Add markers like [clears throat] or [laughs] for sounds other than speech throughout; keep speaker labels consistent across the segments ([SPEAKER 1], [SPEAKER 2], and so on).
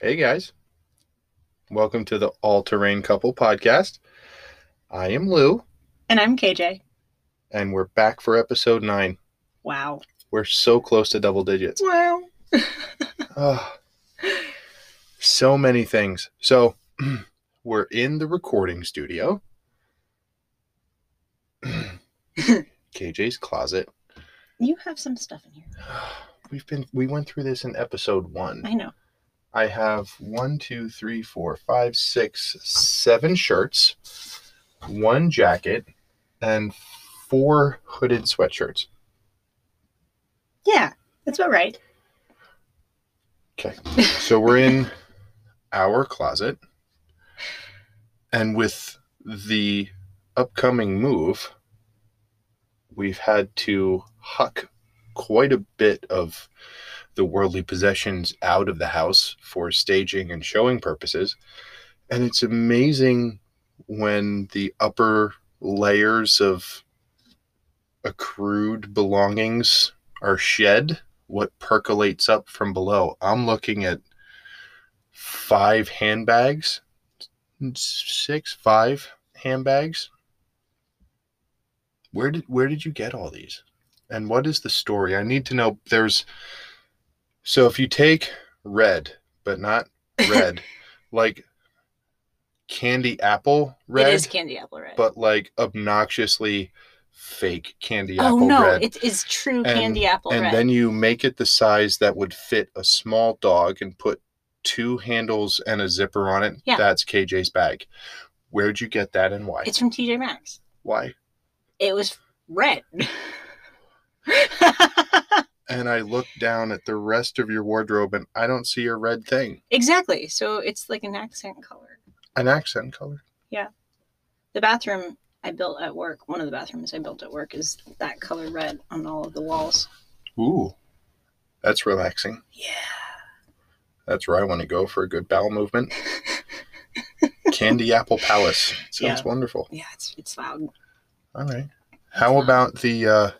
[SPEAKER 1] Hey guys, welcome to the All Terrain Couple podcast. I am Lou,
[SPEAKER 2] And I'm KJ.
[SPEAKER 1] and we're back for episode nine.
[SPEAKER 2] Wow.
[SPEAKER 1] We're so close to double digits.
[SPEAKER 2] Wow.
[SPEAKER 1] Ah, so many things. So [clears throat] we're in the recording studio, [clears throat] KJ's closet.
[SPEAKER 2] You have some stuff in here.
[SPEAKER 1] We've been we went through this in episode one.
[SPEAKER 2] I know.
[SPEAKER 1] I have one, two, three, four, five, six, seven shirts, one jacket, and four hooded sweatshirts.
[SPEAKER 2] Yeah, that's about right.
[SPEAKER 1] Okay. So we're in our closet. And with the upcoming move, we've had to huck quite a bit of the worldly possessions out of the house for staging and showing purposes. And it's amazing when the upper layers of accrued belongings are shed what percolates up from below. I'm looking at five handbags, six, five handbags. Where did where did you get all these? And what is the story? I need to know. There's so if you take red, but
[SPEAKER 2] [laughs]
[SPEAKER 1] not red, like candy apple red,
[SPEAKER 2] It is candy apple red.
[SPEAKER 1] but like obnoxiously fake candy
[SPEAKER 2] oh
[SPEAKER 1] apple
[SPEAKER 2] no,
[SPEAKER 1] red
[SPEAKER 2] it is true
[SPEAKER 1] And-
[SPEAKER 2] candy apple
[SPEAKER 1] and
[SPEAKER 2] red.
[SPEAKER 1] then you make it the size that would fit a small dog and put two handles and a zipper on it
[SPEAKER 2] Yeah.
[SPEAKER 1] that's kj's bag where'd you get that and why
[SPEAKER 2] it's from TJ Maxx.
[SPEAKER 1] why
[SPEAKER 2] It was [laughs] red.
[SPEAKER 1] and i look down at the rest of your wardrobe and i don't see a red thing
[SPEAKER 2] exactly. So it's like an accent color.
[SPEAKER 1] an accent color
[SPEAKER 2] The bathroom I built at work, one of the bathrooms I built at work is that color red on all of the walls.
[SPEAKER 1] ooh that's relaxing
[SPEAKER 2] Yeah.
[SPEAKER 1] that's where i want to go for a good bowel movement candy apple palace sounds
[SPEAKER 2] Yeah.
[SPEAKER 1] wonderful
[SPEAKER 2] Yeah, it's it's loud.
[SPEAKER 1] all right how
[SPEAKER 2] not-
[SPEAKER 1] about the uh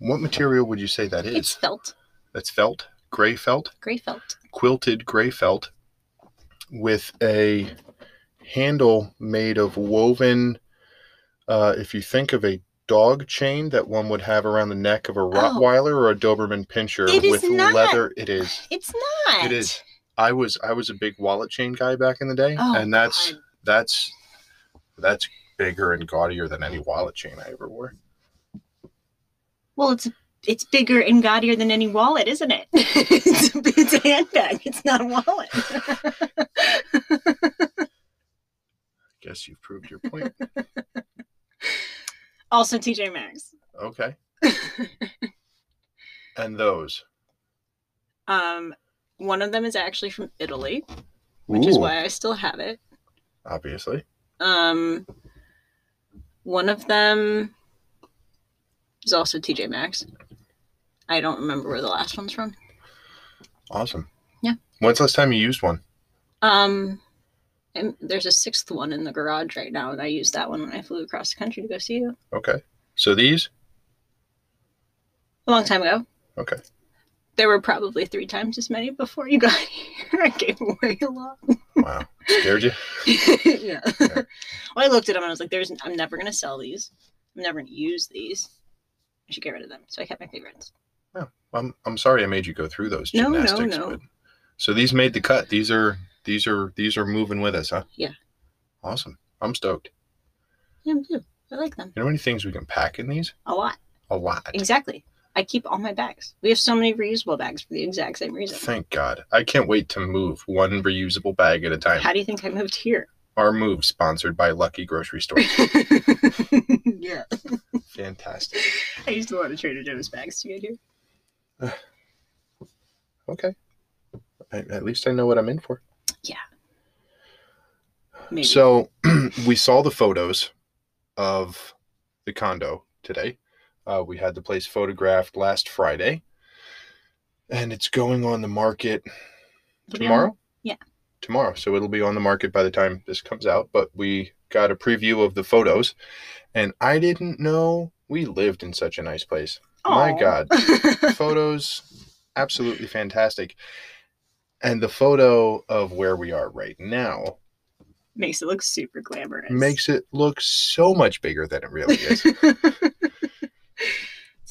[SPEAKER 1] what material would you say that is
[SPEAKER 2] It's felt.
[SPEAKER 1] that's felt, gray felt,
[SPEAKER 2] Gray felt.
[SPEAKER 1] quilted gray felt with a handle made of woven, uh, if you think of a dog chain that one would have around the neck of a Rottweiler or a Doberman Pinscher
[SPEAKER 2] Oh. It is
[SPEAKER 1] with
[SPEAKER 2] not.
[SPEAKER 1] leather. It is.
[SPEAKER 2] It's not.
[SPEAKER 1] It is. I was I was a big wallet chain guy back in the day,
[SPEAKER 2] Oh,
[SPEAKER 1] and that's
[SPEAKER 2] God.
[SPEAKER 1] that's that's bigger and gaudier than any wallet chain I ever wore.
[SPEAKER 2] Well, it's it's bigger and gaudier than any wallet, isn't it? [laughs] it's, a, it's a handbag. It's not a wallet.
[SPEAKER 1] Guess you've proved your point.
[SPEAKER 2] [laughs] also, TJ Maxx.
[SPEAKER 1] Okay. and those.
[SPEAKER 2] Um, one of them is actually from Italy, which is
[SPEAKER 1] Ooh.
[SPEAKER 2] why I still have it.
[SPEAKER 1] obviously.
[SPEAKER 2] Um, one of them is also TJ Maxx. I don't remember where the last one's from.
[SPEAKER 1] Awesome.
[SPEAKER 2] Yeah.
[SPEAKER 1] When's the last time you used one?
[SPEAKER 2] Um, and there's a sixth one in the garage right now, and I used that one when I flew across the country to go see you
[SPEAKER 1] Okay. So these?
[SPEAKER 2] a long time ago.
[SPEAKER 1] Okay.
[SPEAKER 2] There were probably three times as many before you got [laughs] here. I gave away a lot. [laughs]
[SPEAKER 1] Wow. Scared you?
[SPEAKER 2] yeah.
[SPEAKER 1] Yeah.
[SPEAKER 2] Well, I looked at them and I was like, "There's, I'm never gonna sell these. I'm never gonna use these. I should get rid of them." So I kept my favorites.
[SPEAKER 1] I'm I'm sorry I made you go through those
[SPEAKER 2] No, no,
[SPEAKER 1] gymnastics.
[SPEAKER 2] no.
[SPEAKER 1] But, so these made the cut. These are these are these are moving with us, huh?
[SPEAKER 2] Yeah.
[SPEAKER 1] Awesome. I'm stoked.
[SPEAKER 2] Yeah, me too. I like them
[SPEAKER 1] You know how many things we can pack in these?
[SPEAKER 2] a lot.
[SPEAKER 1] A lot.
[SPEAKER 2] Exactly. I keep all my bags. We have so many reusable bags for the exact same reason.
[SPEAKER 1] Thank God. I can't wait to move one reusable bag at a time.
[SPEAKER 2] How do you think I
[SPEAKER 1] [laughs]
[SPEAKER 2] moved here? [laughs]
[SPEAKER 1] Our move sponsored by Lucky Grocery Store.
[SPEAKER 2] yeah.
[SPEAKER 1] Fantastic.
[SPEAKER 2] I used a lot of Trader Joe's bags to get here.
[SPEAKER 1] Okay. At- at least I know what I'm in for.
[SPEAKER 2] Maybe.
[SPEAKER 1] So [clears throat] we saw the photos of the condo today. Uh, we had the place photographed last Friday, and it's going on the market
[SPEAKER 2] It'll be on-
[SPEAKER 1] tomorrow.
[SPEAKER 2] yeah.
[SPEAKER 1] tomorrow. So it'll be on the market by the time this comes out. But we got a preview of the photos, and I didn't know we lived in such a nice place. My
[SPEAKER 2] Aw. [laughs]
[SPEAKER 1] God. Photos, absolutely fantastic. And the photo of where we are right now
[SPEAKER 2] Makes it look super glamorous. [laughs]
[SPEAKER 1] makes it look so much bigger than it really is.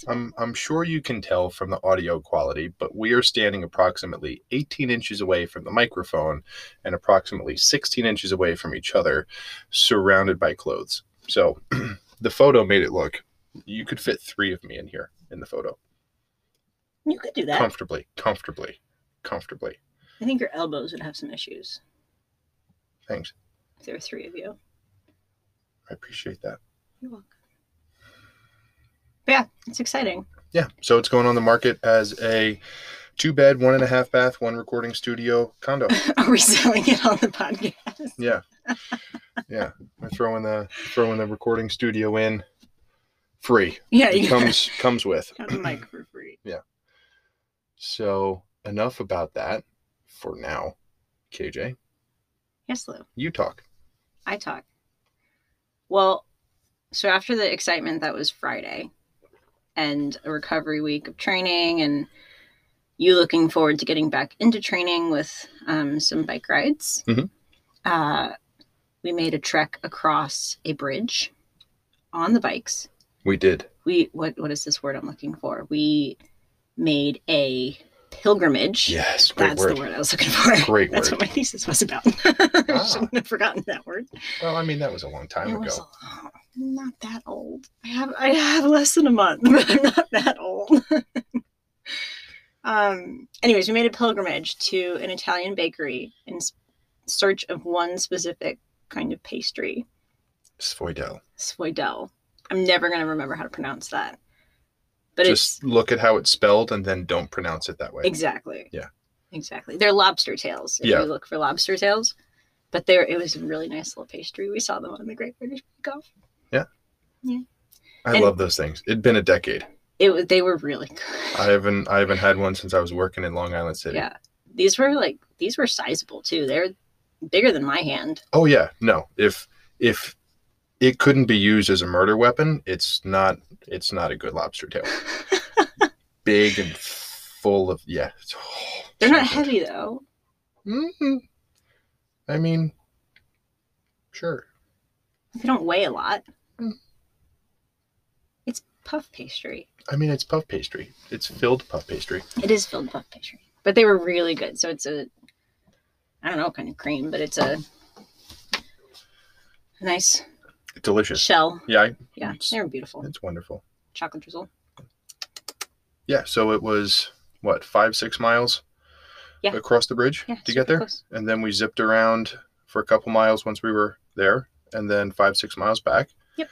[SPEAKER 1] I'm, I'm sure you can tell from the audio quality, but we are standing approximately 18 inches away from the microphone and approximately 16 inches away from each other, surrounded by clothes. So [clears throat] the photo made it look you could fit three of me in here in the photo
[SPEAKER 2] you could do that.
[SPEAKER 1] comfortably, comfortably, comfortably.
[SPEAKER 2] I think your elbows would have some issues
[SPEAKER 1] Thanks.
[SPEAKER 2] if there were three of you.
[SPEAKER 1] I appreciate that.
[SPEAKER 2] You're welcome. But yeah, it's exciting. [laughs]
[SPEAKER 1] Yeah. So it's going on the market as a two bed, one and a half bath, one recording studio condo.
[SPEAKER 2] Are we selling it on the podcast?
[SPEAKER 1] Yeah. Yeah. We're throwing the throwing the recording studio in free.
[SPEAKER 2] [laughs] Yeah,
[SPEAKER 1] It
[SPEAKER 2] you
[SPEAKER 1] comes comes with.
[SPEAKER 2] got a mic for free.
[SPEAKER 1] So enough about that for now. KJ,
[SPEAKER 2] Yes, Lou.
[SPEAKER 1] you talk.
[SPEAKER 2] I talk. Well, so after the excitement that was Friday and a recovery week of training and you looking forward to getting back into training with um, some bike rides,
[SPEAKER 1] Mhm.
[SPEAKER 2] uh, we made a trek across a bridge on the bikes.
[SPEAKER 1] We did.
[SPEAKER 2] We what what is this word I'm looking for? We made a pilgrimage.
[SPEAKER 1] Yes. Great
[SPEAKER 2] That's
[SPEAKER 1] word.
[SPEAKER 2] the word [laughs] I was looking for.
[SPEAKER 1] Great
[SPEAKER 2] That's
[SPEAKER 1] word.
[SPEAKER 2] what my thesis was about. [laughs] I
[SPEAKER 1] Ah.
[SPEAKER 2] shouldn't have forgotten that word.
[SPEAKER 1] Well, I mean that was a long time
[SPEAKER 2] It
[SPEAKER 1] ago.
[SPEAKER 2] was a- not that old. I have I have less than a month, [laughs] but I'm not that old. [laughs] um. Anyways, we made a pilgrimage to an Italian bakery in s- search of one specific kind of pastry,
[SPEAKER 1] Sfoidel.
[SPEAKER 2] sfoidel. I'm never gonna remember how to pronounce that, but
[SPEAKER 1] Just look at how it's spelled and then don't pronounce it that way.
[SPEAKER 2] it's exactly
[SPEAKER 1] Yeah.
[SPEAKER 2] exactly. They're lobster tails. If
[SPEAKER 1] Yeah.
[SPEAKER 2] you look for lobster tails, but there it was a really nice little pastry. We saw them on the Great British Bake Off.
[SPEAKER 1] I
[SPEAKER 2] and-
[SPEAKER 1] love those things. It'd been a decade.
[SPEAKER 2] It was they were really good.
[SPEAKER 1] I haven't I haven't had one since I was working in Long Island City.
[SPEAKER 2] Yeah. These were like these were sizable too. They're bigger than my hand.
[SPEAKER 1] Oh yeah, no. If if it couldn't be used as a murder weapon, it's not it's not a good lobster
[SPEAKER 2] [laughs]
[SPEAKER 1] tail. Big and full of yeah. it's- oh,
[SPEAKER 2] They're
[SPEAKER 1] [laughs]
[SPEAKER 2] not
[SPEAKER 1] so
[SPEAKER 2] heavy though.
[SPEAKER 1] good. Mhm. I mean, sure.
[SPEAKER 2] They don't weigh a lot.
[SPEAKER 1] Mm.
[SPEAKER 2] It's puff pastry.
[SPEAKER 1] I mean, it's puff pastry. It's filled puff pastry.
[SPEAKER 2] It is filled puff pastry. But they were really good. So it's a I don't know what kind of cream, but it's a nice
[SPEAKER 1] Delicious.
[SPEAKER 2] shell.
[SPEAKER 1] Yeah, I-
[SPEAKER 2] Yeah,
[SPEAKER 1] It's-
[SPEAKER 2] they're beautiful.
[SPEAKER 1] it's wonderful.
[SPEAKER 2] Chocolate drizzle.
[SPEAKER 1] Yeah. So it was what five six miles
[SPEAKER 2] Yeah.
[SPEAKER 1] across the bridge
[SPEAKER 2] Yeah.
[SPEAKER 1] to get
[SPEAKER 2] super
[SPEAKER 1] there.
[SPEAKER 2] close.
[SPEAKER 1] and then we zipped around for a couple miles once we were there and then five six miles back
[SPEAKER 2] Yep.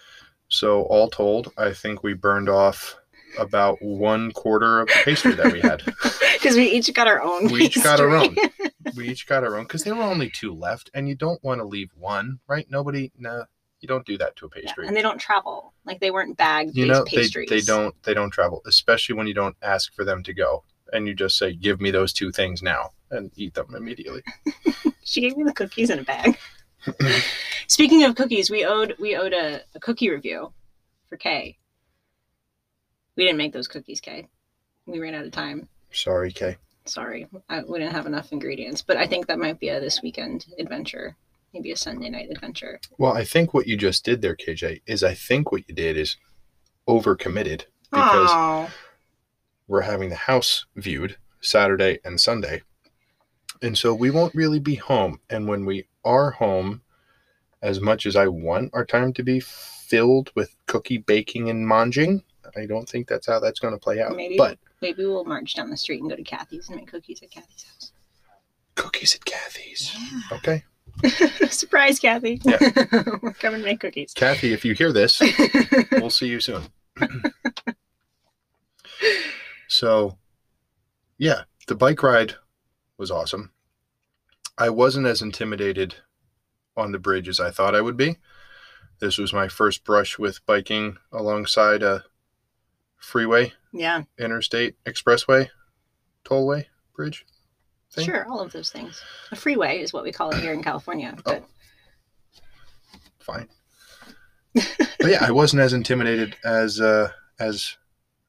[SPEAKER 1] so all told i think we burned off about one quarter of the pastry that we
[SPEAKER 2] [laughs]
[SPEAKER 1] had
[SPEAKER 2] Because we each got our own.
[SPEAKER 1] we each got our
[SPEAKER 2] [laughs]
[SPEAKER 1] own
[SPEAKER 2] pastry.
[SPEAKER 1] we each got our own because there were only two left and you don't want to leave one right nobody nah you don't do that to a
[SPEAKER 2] Yeah,
[SPEAKER 1] pastry
[SPEAKER 2] and they don't travel. Like they weren't bagged
[SPEAKER 1] you know they,
[SPEAKER 2] pastries.
[SPEAKER 1] they don't they don't travel especially when you don't ask for them to go and you just say give me those two things now and eat them immediately
[SPEAKER 2] She gave me the cookies in a
[SPEAKER 1] [laughs]
[SPEAKER 2] bag. Speaking of cookies, we owed we owed a, a cookie review for Kay. We didn't make those cookies, Kay. We ran out of time.
[SPEAKER 1] sorry kay
[SPEAKER 2] Sorry, I, we didn't have enough ingredients. But I think that might be a this weekend adventure, maybe a Sunday night adventure.
[SPEAKER 1] Well, I think what you just did there, KJ, is I think what you did is overcommitted because
[SPEAKER 2] Aw.
[SPEAKER 1] we're having the house viewed Saturday and Sunday. And so we won't really be home. And when we are home, as much as I want our time to be filled with cookie baking and manging, I don't think that's how that's going to play out.
[SPEAKER 2] Maybe.
[SPEAKER 1] But
[SPEAKER 2] maybe we'll march down the street and go to Kathy's and make cookies at Kathy's house.
[SPEAKER 1] cookies at Kathy's. Okay.
[SPEAKER 2] [laughs] Surprise, Kathy! [laughs]
[SPEAKER 1] Yeah.
[SPEAKER 2] We're coming to make
[SPEAKER 1] [laughs]
[SPEAKER 2] cookies.
[SPEAKER 1] Kathy, if you hear this, we'll see you soon. [clears throat] so, yeah, the bike ride was awesome. I wasn't as intimidated on the bridge as I thought I would be. This was my first brush with biking alongside a freeway,
[SPEAKER 2] yeah,
[SPEAKER 1] interstate, expressway, tollway bridge. Thing?
[SPEAKER 2] sure, all of those things. A freeway is what we call it here in
[SPEAKER 1] Oh,
[SPEAKER 2] California, but
[SPEAKER 1] Fine. but yeah, I wasn't as intimidated as uh, as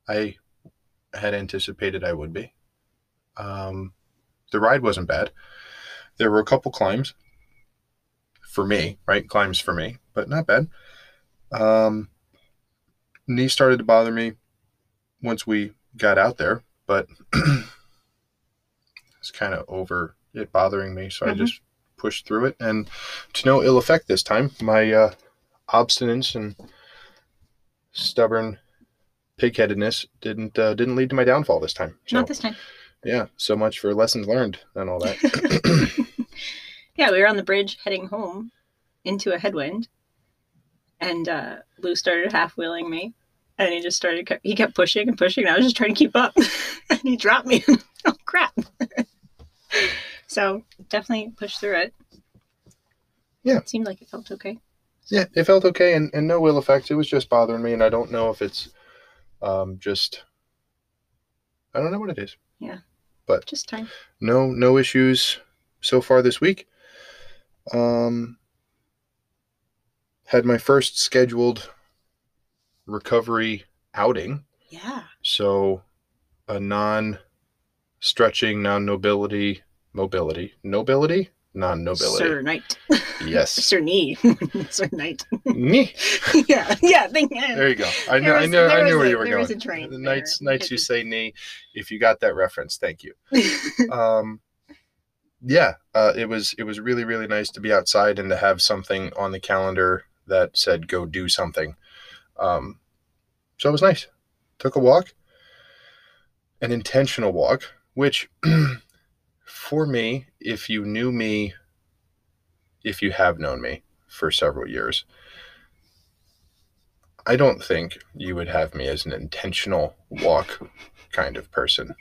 [SPEAKER 1] I had anticipated I would be. Um, the ride wasn't bad. There were a couple climbs for me, right? Climbs for me, but not bad. Um, knee started to bother me once we got out there, but [clears throat] it's kind of over it bothering me, so
[SPEAKER 2] Mhm.
[SPEAKER 1] I just pushed through it. And to no ill effect this time, my uh, obstinance and stubborn pigheadedness didn't uh, didn't lead to my downfall this time. So
[SPEAKER 2] Not this time.
[SPEAKER 1] yeah, so much for lessons learned and all that. [clears throat]
[SPEAKER 2] Yeah, we were on the bridge heading home into a headwind, and uh, Lou started half wheeling me, and he just started he kept pushing and pushing, and I was just trying to keep up, [laughs] and he dropped me. [laughs] oh crap! so definitely push through it.
[SPEAKER 1] Yeah.
[SPEAKER 2] it seemed like it felt okay.
[SPEAKER 1] yeah, it felt okay and, and no ill effects. It was just bothering me, and I don't know if it's um, just I don't know what it is.
[SPEAKER 2] Just time.
[SPEAKER 1] No no issues so far this week. Um, had my first scheduled recovery outing,
[SPEAKER 2] Yeah.
[SPEAKER 1] so a non stretching, non nobility, mobility, nobility, non
[SPEAKER 2] Sir
[SPEAKER 1] nobility.
[SPEAKER 2] Knight. [laughs]
[SPEAKER 1] Yes.
[SPEAKER 2] Sir Knee. Sir Knight. [laughs]
[SPEAKER 1] Nyeh.
[SPEAKER 2] yeah. Yeah. Thank [laughs] you.
[SPEAKER 1] There you go. I knew,
[SPEAKER 2] There
[SPEAKER 1] I
[SPEAKER 2] was-
[SPEAKER 1] knew, I
[SPEAKER 2] there
[SPEAKER 1] knew
[SPEAKER 2] was
[SPEAKER 1] where
[SPEAKER 2] a-
[SPEAKER 1] you were
[SPEAKER 2] there
[SPEAKER 1] going.
[SPEAKER 2] was a drink
[SPEAKER 1] the
[SPEAKER 2] there.
[SPEAKER 1] knights, knights who
[SPEAKER 2] It-
[SPEAKER 1] say knee. If you got that reference, thank you. Um, yeah, uh, it was it was really really nice to be outside and to have something on the calendar that said go do something. Um, so it was nice. Took a walk, an intentional walk, which [clears throat] for me, if you knew me, if you have known me for several years, I don't think you would have me as an intentional walk kind of person.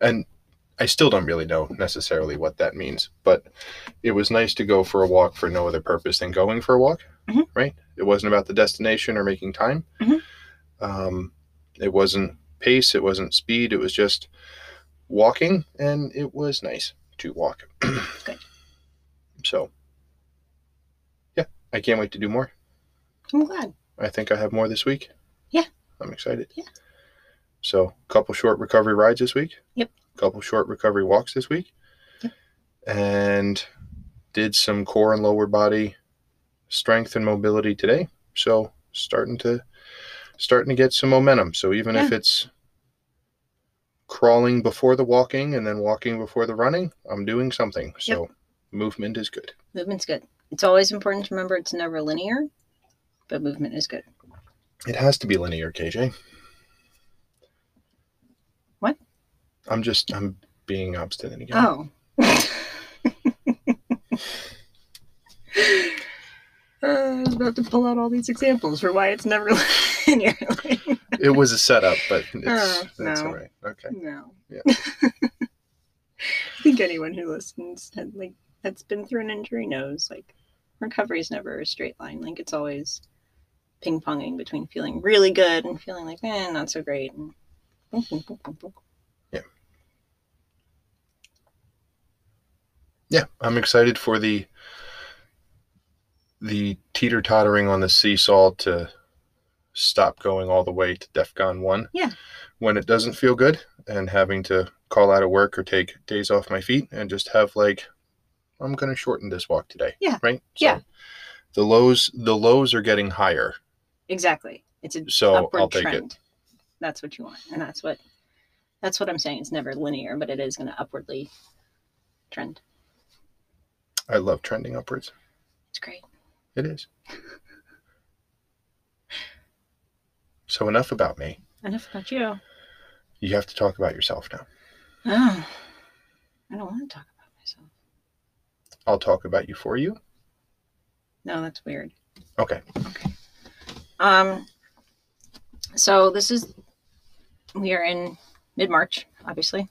[SPEAKER 1] And I still don't really know necessarily what that means, but it was nice to go for a walk for no other purpose than going for a walk,
[SPEAKER 2] Mhm.
[SPEAKER 1] right? It wasn't about the destination or making time.
[SPEAKER 2] Mhm.
[SPEAKER 1] Um, it wasn't pace, it wasn't speed, it was just walking, and it was nice to walk. [clears throat]
[SPEAKER 2] Good.
[SPEAKER 1] So, yeah, I can't wait to do more.
[SPEAKER 2] [laughs] I'm glad.
[SPEAKER 1] I think I have more this week.
[SPEAKER 2] Yeah.
[SPEAKER 1] I'm excited.
[SPEAKER 2] Yeah.
[SPEAKER 1] So, couple short recovery rides this week.
[SPEAKER 2] Yep.
[SPEAKER 1] Couple short recovery walks this week.
[SPEAKER 2] Yep.
[SPEAKER 1] And did some core and lower body strength and mobility today. So, starting to starting to get some momentum. So, even if it's crawling before the walking and then walking before the running, I'm doing something. So, movement is good.
[SPEAKER 2] Movement's good. It's always important to remember it's never linear, but movement is good.
[SPEAKER 1] It has to be linear, KJ.
[SPEAKER 2] What?
[SPEAKER 1] I'm just I'm being obstinate again.
[SPEAKER 2] Oh. [laughs] I was Uh, about to pull out all these examples for why it's never [laughs] linear.
[SPEAKER 1] It was a setup, but it's
[SPEAKER 2] [laughs] Oh,
[SPEAKER 1] that's
[SPEAKER 2] no.
[SPEAKER 1] all right. Okay.
[SPEAKER 2] no.
[SPEAKER 1] Yeah.
[SPEAKER 2] [laughs] I think anyone who listens had, like that's been through an injury knows like recovery is never a straight line. Like it's always ping ponging between feeling really good and feeling like eh, not so great. And boom, boom, boom, boom, boom.
[SPEAKER 1] Yeah, I'm excited for the the teeter tottering on the seesaw to stop going all the way to DEFCON one.
[SPEAKER 2] Yeah.
[SPEAKER 1] When it doesn't feel good and having to call out of work or take days off my feet and just have like I'm gonna shorten this walk today.
[SPEAKER 2] Yeah.
[SPEAKER 1] Right?
[SPEAKER 2] Yeah.
[SPEAKER 1] The lows the lows are getting higher.
[SPEAKER 2] Exactly. It's a
[SPEAKER 1] So
[SPEAKER 2] upward
[SPEAKER 1] I'll take
[SPEAKER 2] trend.
[SPEAKER 1] it.
[SPEAKER 2] That's what you want, and that's what that's what I'm saying. It's never linear, but it is going to upwardly trend.
[SPEAKER 1] I love trending upwards.
[SPEAKER 2] It's great.
[SPEAKER 1] It
[SPEAKER 2] [laughs]
[SPEAKER 1] is. So enough about me.
[SPEAKER 2] Enough about [sighs] you.
[SPEAKER 1] You have to talk about yourself now.
[SPEAKER 2] Oh, I don't want to talk about myself.
[SPEAKER 1] I'll talk about you for you.
[SPEAKER 2] No, that's weird.
[SPEAKER 1] Okay.
[SPEAKER 2] Uh, Um, so this is we are in mid March, obviously.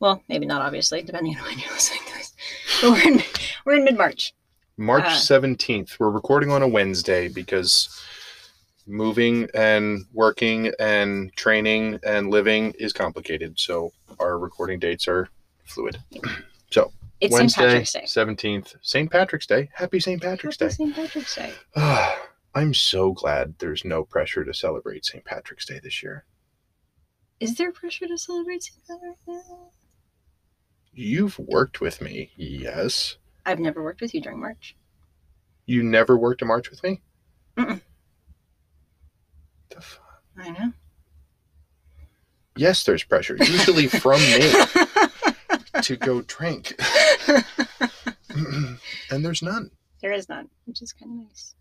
[SPEAKER 2] Well, maybe not obviously, depending [laughs] on when you're listening to this. But we're in we're in mid March.
[SPEAKER 1] March
[SPEAKER 2] Uh.
[SPEAKER 1] 17th. We're recording on a Wednesday because moving and working and training and living is complicated. So our recording dates are fluid.
[SPEAKER 2] It's St.
[SPEAKER 1] Wednesday,
[SPEAKER 2] Patrick's Day.
[SPEAKER 1] 17th. St. Patrick's Day. Happy St. Patrick's
[SPEAKER 2] Happy
[SPEAKER 1] Day.
[SPEAKER 2] St. Patrick's Day.
[SPEAKER 1] [sighs] I'm so glad there's no pressure to celebrate St. Patrick's Day this year.
[SPEAKER 2] Is there pressure to celebrate St. Patrick's Day?
[SPEAKER 1] You've worked with me. Yes.
[SPEAKER 2] I've never worked with you during March.
[SPEAKER 1] You never worked a march with me?
[SPEAKER 2] Mm-mm.
[SPEAKER 1] The fuck?
[SPEAKER 2] I know.
[SPEAKER 1] Yes, there's pressure, usually from me, to go drink. [clears throat] and there's none.
[SPEAKER 2] [laughs] there is none, which is kind of nice.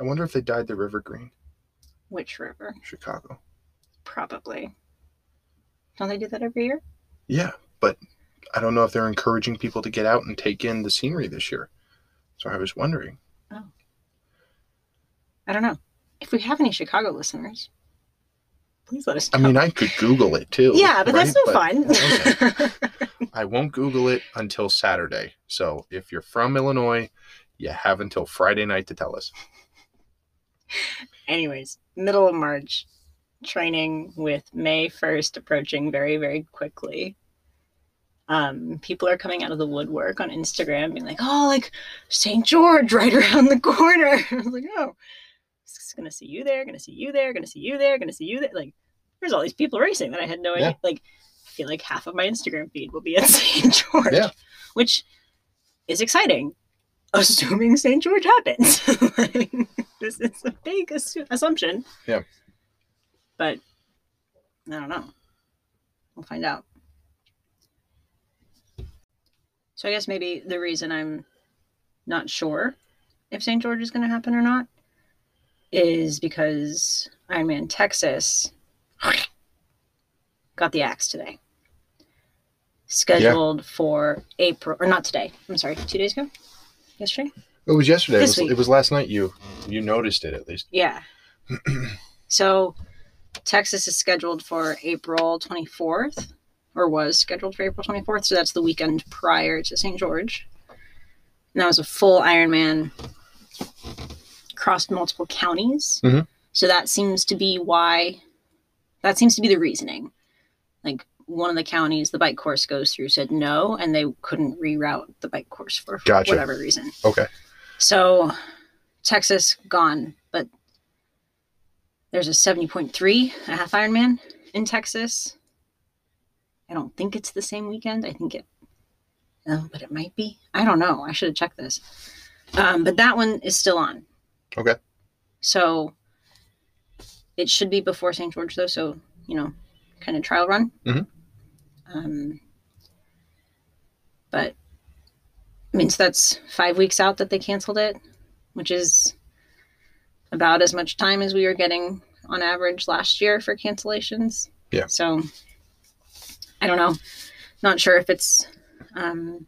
[SPEAKER 1] I wonder if they dyed the river green,
[SPEAKER 2] Which river?
[SPEAKER 1] Chicago.
[SPEAKER 2] Probably. Don't they do that every year?
[SPEAKER 1] Yeah, but I don't know if they're encouraging people to get out and take in the scenery this year. So I was wondering.
[SPEAKER 2] I don't know. If we have any Chicago listeners, please let us
[SPEAKER 1] I
[SPEAKER 2] know.
[SPEAKER 1] mean, I could Google it too.
[SPEAKER 2] yeah, but that's
[SPEAKER 1] right?
[SPEAKER 2] no fun.
[SPEAKER 1] [laughs] I won't Google it until Saturday. So if you're from Illinois, you have until Friday night to tell us.
[SPEAKER 2] Anyways, middle of March, training with May 1st approaching very, very quickly. Um, people are coming out of the woodwork on Instagram being like, oh, like St. George right around the corner. [laughs] I was like, oh, s- gonna see you there, gonna see you there, gonna see you there, gonna see you there. Like, there's all these people racing that I had no
[SPEAKER 1] Yeah.
[SPEAKER 2] idea. Like, I feel like half of my Instagram feed will be at [laughs] St. George,
[SPEAKER 1] Yeah.
[SPEAKER 2] which is exciting, assuming St. George happens. [laughs] Like, this is a big assu- assumption.
[SPEAKER 1] Yeah.
[SPEAKER 2] But I don't know. We'll find out. So I guess maybe the reason I'm not sure if St. George is going to happen or not is because Ironman Texas got the axe today. Scheduled for April, or not today. I'm sorry, two days ago? Yesterday?
[SPEAKER 1] It was yesterday. It
[SPEAKER 2] This
[SPEAKER 1] was,
[SPEAKER 2] week.
[SPEAKER 1] it was last night. You you noticed it at least.
[SPEAKER 2] Yeah. so Texas is scheduled for April 24th, or was scheduled for April 24th. So that's the weekend prior to St. George. And that was a full Ironman, crossed multiple counties.
[SPEAKER 1] Mhm.
[SPEAKER 2] So that seems to be why, that seems to be the reasoning. Like one of the counties the bike course goes through said no, and they couldn't reroute the bike course for
[SPEAKER 1] Gotcha.
[SPEAKER 2] whatever reason.
[SPEAKER 1] Okay.
[SPEAKER 2] So Texas gone, but there's a 70.3, a half Ironman in Texas. I don't think it's the same weekend. I think it, no, but it might be. I don't know. I should have checked this. Um, but that one is still on.
[SPEAKER 1] Okay.
[SPEAKER 2] So it should be before St. George, though. So, you know, kind of trial run.
[SPEAKER 1] Mhm.
[SPEAKER 2] Um, but, I mean, so that's five weeks out that they canceled it, which is about as much time as we were getting on average last year for cancellations.
[SPEAKER 1] Yeah.
[SPEAKER 2] So I don't know. Not sure if it's um,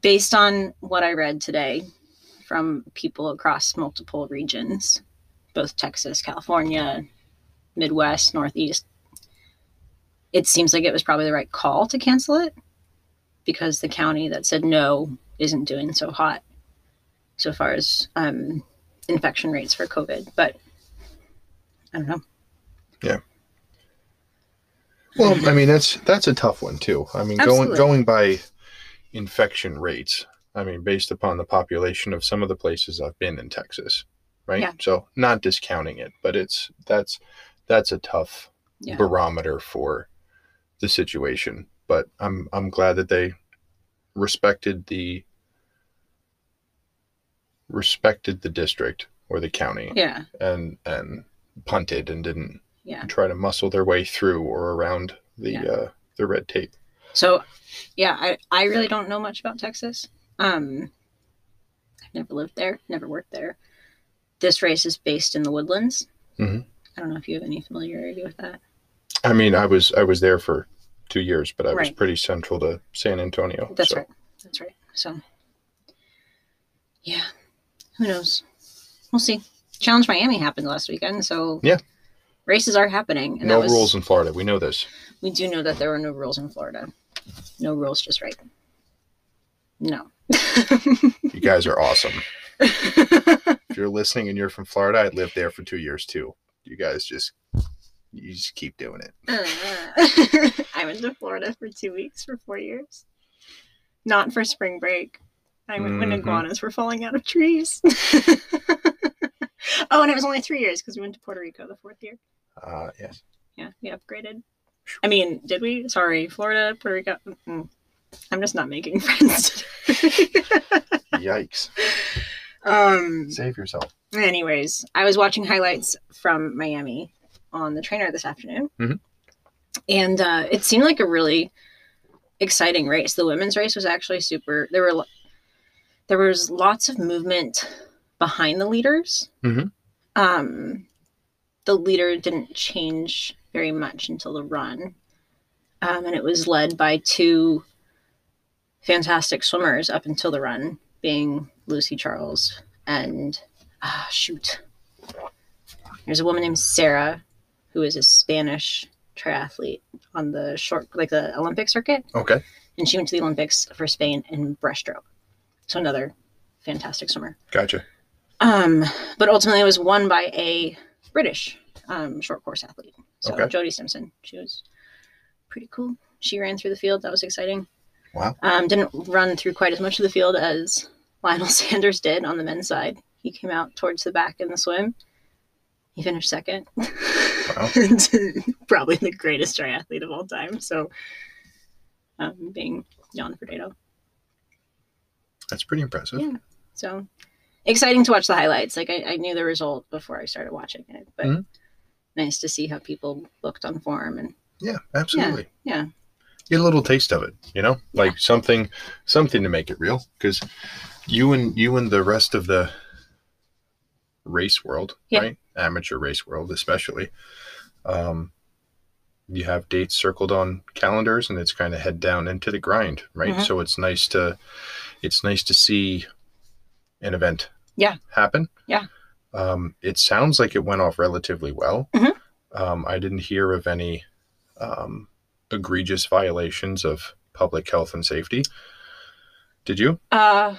[SPEAKER 2] based on what I read today from people across multiple regions, both Texas, California, Midwest, Northeast. It seems like it was probably the right call to cancel it because the county that said no isn't doing so hot so far as um, infection rates for COVID. But I don't know.
[SPEAKER 1] Well, I mean that's that's a tough one too. I mean
[SPEAKER 2] Absolutely.
[SPEAKER 1] going going by infection rates. I mean based upon the population of some of the places I've been in Texas, right?
[SPEAKER 2] Yeah.
[SPEAKER 1] So not discounting it, but it's that's that's a tough
[SPEAKER 2] Yeah.
[SPEAKER 1] barometer for the situation. But I'm I'm glad that they respected the respected the district or the county
[SPEAKER 2] Yeah.
[SPEAKER 1] and and punted and didn't
[SPEAKER 2] Yeah.
[SPEAKER 1] try to muscle their way through or around the
[SPEAKER 2] Yeah.
[SPEAKER 1] uh, the red tape.
[SPEAKER 2] So, yeah, I, I really don't know much about Texas. Um, I've never lived there, never worked there. This race is based in the woodlands.
[SPEAKER 1] Mhm.
[SPEAKER 2] I don't know if you have any familiarity with that.
[SPEAKER 1] I mean, I was I was there for two years, but I was
[SPEAKER 2] Right.
[SPEAKER 1] pretty central to San Antonio.
[SPEAKER 2] That's
[SPEAKER 1] so-
[SPEAKER 2] right. That's right. So, yeah, who knows? We'll see. Challenge Miami happened last weekend, so
[SPEAKER 1] Yeah.
[SPEAKER 2] races are happening. And
[SPEAKER 1] no
[SPEAKER 2] that was,
[SPEAKER 1] rules in Florida. We know this.
[SPEAKER 2] We do know that there were no rules in Florida. No rules, just right. No. [laughs]
[SPEAKER 1] You guys are awesome. if you're listening and you're from Florida, I lived there for two years too. You guys just you just keep doing it.
[SPEAKER 2] Uh, [laughs] I went to Florida for two weeks for four years. Not for spring break. I went when
[SPEAKER 1] Mhm.
[SPEAKER 2] iguanas were falling out of trees. [laughs] oh, and it was only three years because we went to Puerto Rico the fourth year. [laughs]
[SPEAKER 1] Uh, yes.
[SPEAKER 2] Yeah, we upgraded. I mean, did we? Sorry, Florida, Puerto Rico. mm-mm. I'm just not making [laughs] friends. today.
[SPEAKER 1] Yikes.
[SPEAKER 2] um,
[SPEAKER 1] Save yourself.
[SPEAKER 2] Anyways, I was watching highlights from Miami on the trainer this afternoon,
[SPEAKER 1] Mhm.
[SPEAKER 2] and uh, it seemed like a really exciting race. The women's race was actually super. There were lo- there was lots of movement behind the leaders.
[SPEAKER 1] Mhm.
[SPEAKER 2] Um, the leader didn't change very much until the run, um, and it was led by two fantastic swimmers up until the run, being Lucy Charles and ah, shoot. There's a woman named Sarah who is a Spanish triathlete on the short, like the Olympic circuit,
[SPEAKER 1] Okay.
[SPEAKER 2] and she went to the Olympics for Spain in breaststroke. So another fantastic swimmer.
[SPEAKER 1] Gotcha.
[SPEAKER 2] Um, but ultimately, it was won by a British um, short course athlete. So
[SPEAKER 1] Okay.
[SPEAKER 2] Jodie Simpson. She was pretty cool. She ran through the field. That was exciting.
[SPEAKER 1] Wow.
[SPEAKER 2] Um, didn't run through quite as much of the field as Lionel [laughs] Sanders did on the men's side. He came out towards the back in the swim. He finished second. [laughs] Probably the greatest triathlete of all time. So, um, being Jan Frodeno.
[SPEAKER 1] That's pretty impressive.
[SPEAKER 2] Yeah. So exciting to watch the highlights. Like I, I knew the result before I started watching it, but
[SPEAKER 1] Mhm.
[SPEAKER 2] nice to see how people looked on form and
[SPEAKER 1] Yeah, absolutely.
[SPEAKER 2] yeah.
[SPEAKER 1] Get a little taste of it, you know?
[SPEAKER 2] Yeah.
[SPEAKER 1] Like something something to make it real cuz you and you and the rest of the race world,
[SPEAKER 2] Yeah.
[SPEAKER 1] right? Amateur race world especially. Um you have dates circled on calendars and it's kind of head down into the grind, right?
[SPEAKER 2] Mhm.
[SPEAKER 1] So it's nice to it's nice to see an event
[SPEAKER 2] Yeah.
[SPEAKER 1] happen.
[SPEAKER 2] Yeah.
[SPEAKER 1] Um it sounds like it went off relatively well.
[SPEAKER 2] Mhm.
[SPEAKER 1] Um I didn't hear of any um egregious violations of public health and safety. Did you?
[SPEAKER 2] Uh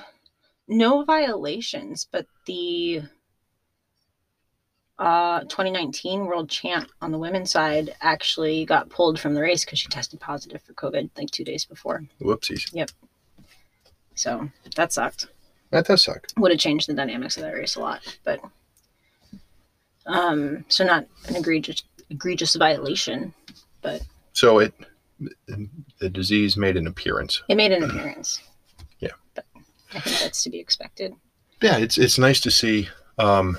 [SPEAKER 2] no violations, but the uh 2019 world champ on the women's side actually got pulled from the race because she tested positive for COVID like two days before.
[SPEAKER 1] Whoopsies.
[SPEAKER 2] So that sucked.
[SPEAKER 1] That does suck.
[SPEAKER 2] would have changed the dynamics of that race a lot. But um, so not an egregious egregious violation.
[SPEAKER 1] So it the disease made an appearance.
[SPEAKER 2] It made an appearance.
[SPEAKER 1] Yeah.
[SPEAKER 2] but I think that's to be expected.
[SPEAKER 1] Yeah, it's it's nice to see um,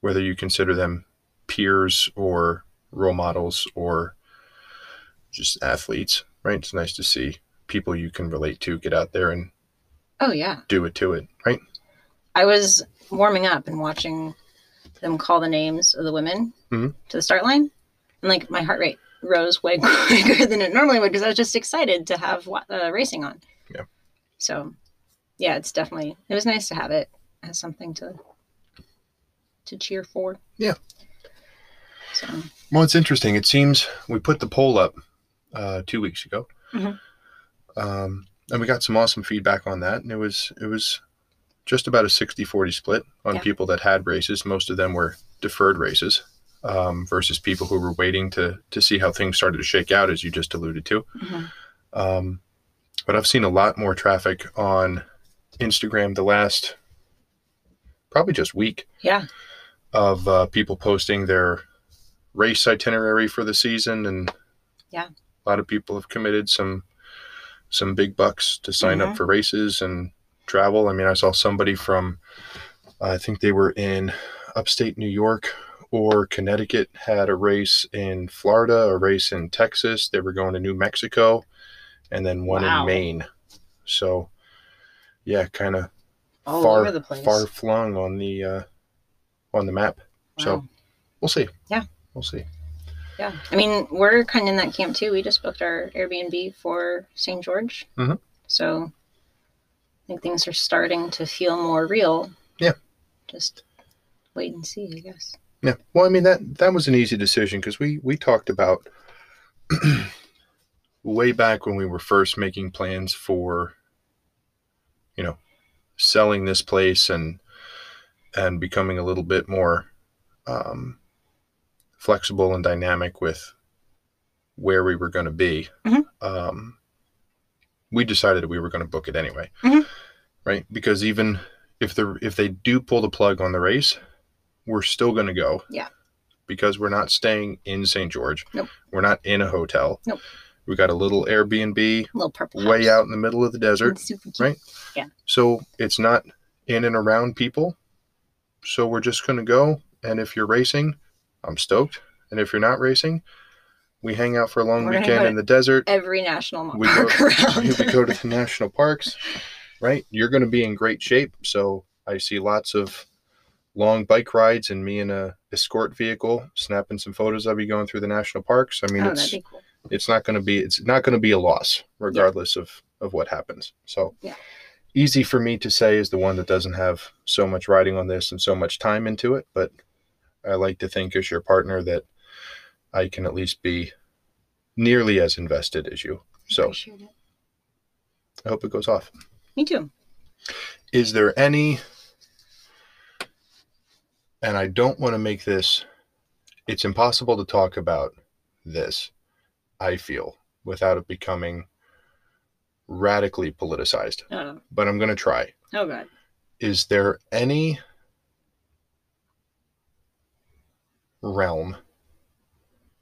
[SPEAKER 1] whether you consider them peers or role models or just athletes, right? It's nice to see people you can relate to get out there and
[SPEAKER 2] Oh yeah,
[SPEAKER 1] do it to it, right?
[SPEAKER 2] I was warming up and watching them call the names of the women
[SPEAKER 1] Mhm.
[SPEAKER 2] to the start line, and like my heart rate rose way [laughs] quicker than it normally would because I was just excited to have wa- uh, racing on.
[SPEAKER 1] Yeah.
[SPEAKER 2] So, yeah, it's definitely it was nice to have it as something to to cheer for.
[SPEAKER 1] Yeah.
[SPEAKER 2] So
[SPEAKER 1] Well, it's interesting. It seems we put the poll up uh, two weeks ago,
[SPEAKER 2] Mhm.
[SPEAKER 1] um, and we got some awesome feedback on that. And it was it was just about a 60-40 split on
[SPEAKER 2] Yeah.
[SPEAKER 1] people that had races. Most of them were deferred races um, versus people who were waiting to to see how things started to shake out, as you just alluded to.
[SPEAKER 2] Mhm.
[SPEAKER 1] Um, but I've seen a lot more traffic on Instagram the last probably just week
[SPEAKER 2] yeah,
[SPEAKER 1] of uh, people posting their race itinerary for the season and
[SPEAKER 2] Yeah.
[SPEAKER 1] a lot of people have committed some some big bucks to sign
[SPEAKER 2] Mm-hmm.
[SPEAKER 1] up for races and travel i mean i saw somebody from i think they were in upstate new york or connecticut had a race in florida a race in texas they were going to new mexico and then one
[SPEAKER 2] Wow.
[SPEAKER 1] in maine so yeah kind of
[SPEAKER 2] all
[SPEAKER 1] far
[SPEAKER 2] over the place.
[SPEAKER 1] far flung on the uh, on the map so
[SPEAKER 2] Wow.
[SPEAKER 1] We'll see.
[SPEAKER 2] Yeah.
[SPEAKER 1] We'll see.
[SPEAKER 2] Yeah. I mean, we're kind of in that camp too. We just booked our Airbnb for St. George.
[SPEAKER 1] Mhm.
[SPEAKER 2] So I think things are starting to feel more real.
[SPEAKER 1] Yeah.
[SPEAKER 2] Just wait and see, I guess.
[SPEAKER 1] Yeah. Well, I mean that that was an easy decision because we we talked about [clears throat] way back when we were first making plans for you know selling this place and and becoming a little bit more um, flexible and dynamic with where we were going to be.
[SPEAKER 2] Mhm.
[SPEAKER 1] Um, we decided that we were going to book it anyway,
[SPEAKER 2] Mhm.
[SPEAKER 1] right? Because even if the if they do pull the plug on the race, we're still going to go.
[SPEAKER 2] Yeah.
[SPEAKER 1] because we're not staying in St. George.
[SPEAKER 2] Nope.
[SPEAKER 1] We're not in a hotel.
[SPEAKER 2] Nope.
[SPEAKER 1] We got a little Airbnb
[SPEAKER 2] Little purple
[SPEAKER 1] way
[SPEAKER 2] house.
[SPEAKER 1] out in the middle of the desert.
[SPEAKER 2] It's super cute.
[SPEAKER 1] right? So it's not in and around people. So we're just going to go. And if you're racing, I'm stoked. And if you're not racing, we hang out for a long
[SPEAKER 2] We're gonna
[SPEAKER 1] weekend
[SPEAKER 2] go
[SPEAKER 1] in the desert.
[SPEAKER 2] Every national [laughs]
[SPEAKER 1] We
[SPEAKER 2] park
[SPEAKER 1] go-
[SPEAKER 2] around.
[SPEAKER 1] we go to the national parks, right? You're going to be in great shape. So I see lots of long bike rides and me in a escort vehicle snapping some photos of you going through the national parks. I mean,
[SPEAKER 2] oh, that'd
[SPEAKER 1] it's
[SPEAKER 2] be cool.
[SPEAKER 1] it's not going to be it's not going to be a loss regardless of of what happens so
[SPEAKER 2] Yeah.
[SPEAKER 1] easy for me to say is the one that doesn't have so much riding on this and so much time into it but i like to think as your partner that i can at least be nearly as invested as you so
[SPEAKER 2] Appreciate it.
[SPEAKER 1] i hope it goes off
[SPEAKER 2] Me too.
[SPEAKER 1] is there any and i don't want to make this it's impossible to talk about this i feel without it becoming radically politicized
[SPEAKER 2] Oh,
[SPEAKER 1] but i'm going to try
[SPEAKER 2] oh God.
[SPEAKER 1] is there any realm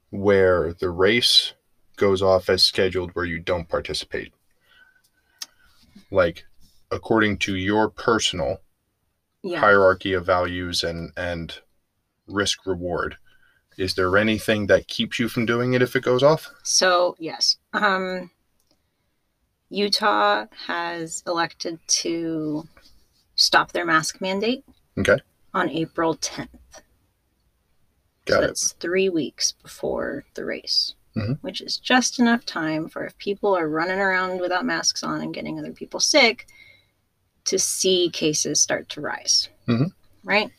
[SPEAKER 1] where the race goes off as scheduled where you don't participate like according to your personal
[SPEAKER 2] Yeah.
[SPEAKER 1] hierarchy of values and and risk reward is there anything that keeps you from doing it if it goes off
[SPEAKER 2] So yes, um, Utah has elected to stop their mask mandate.
[SPEAKER 1] Okay.
[SPEAKER 2] On April 10th. so
[SPEAKER 1] got it
[SPEAKER 2] that's three weeks before the race,
[SPEAKER 1] Mhm.
[SPEAKER 2] which is just enough time for if people are running around without masks on and getting other people sick to see cases start to rise.
[SPEAKER 1] Mhm.
[SPEAKER 2] Right?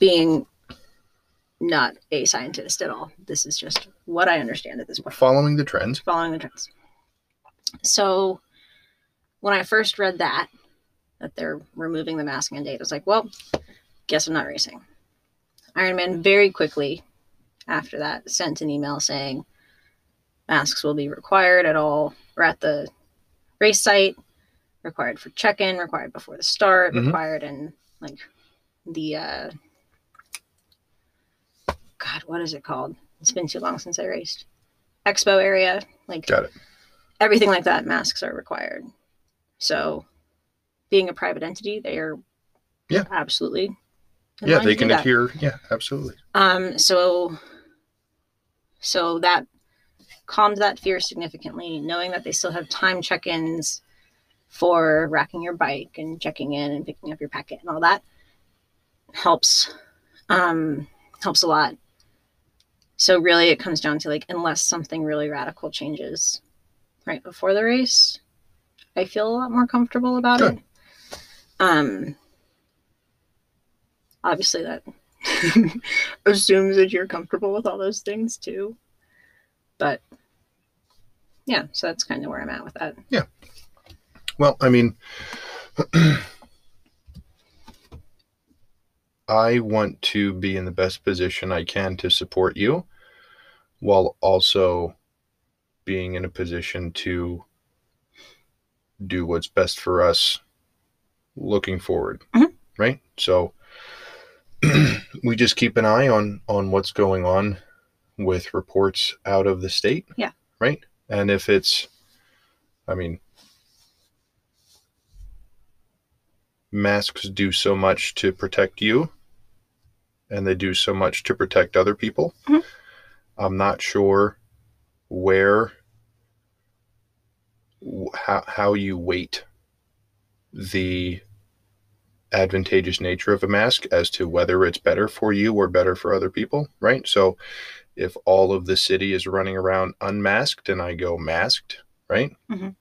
[SPEAKER 2] Being not a scientist at all, this is just what I understand at this point
[SPEAKER 1] following the trend
[SPEAKER 2] following the trends. So when I first read that, that they're removing the mask mandate, I was like, well, guess I'm not racing. Ironman very quickly after that sent an email saying masks will be required at all or at the race site, required for check in, required before the start,
[SPEAKER 1] Mhm.
[SPEAKER 2] required in like the uh God, what is it called? It's been too long since I raced. Expo area, like
[SPEAKER 1] got it
[SPEAKER 2] everything like that, masks are required. So, being a private entity, they are
[SPEAKER 1] Yeah.
[SPEAKER 2] absolutely in
[SPEAKER 1] yeah
[SPEAKER 2] line
[SPEAKER 1] they
[SPEAKER 2] to do
[SPEAKER 1] can
[SPEAKER 2] that.
[SPEAKER 1] adhere yeah absolutely
[SPEAKER 2] Um, so, so that calmed that fear significantly, knowing that they still have time check-ins for racking your bike and checking in and picking up your packet and all that helps, um, helps a lot. So really, it comes down to like, unless something really radical changes right before the race, I feel a lot more comfortable about it. Um, obviously that [laughs] assumes that you're comfortable with all those things too. But yeah, so that's kind of where I'm at with that.
[SPEAKER 1] well i mean [clears throat] i want to be in the best position i can to support you while also being in a position to do what's best for us looking forward
[SPEAKER 2] Mhm.
[SPEAKER 1] right so [clears throat] we just keep an eye on on what's going on with reports out of the state
[SPEAKER 2] Yeah.
[SPEAKER 1] right and if it's i mean masks do so much to protect you and they do so much to protect other people
[SPEAKER 2] Mhm.
[SPEAKER 1] i'm not sure where wh- how, how you weight the advantageous nature of a mask as to whether it's better for you or better for other people right so if all of the city is running around unmasked and i go masked right
[SPEAKER 2] Mhm.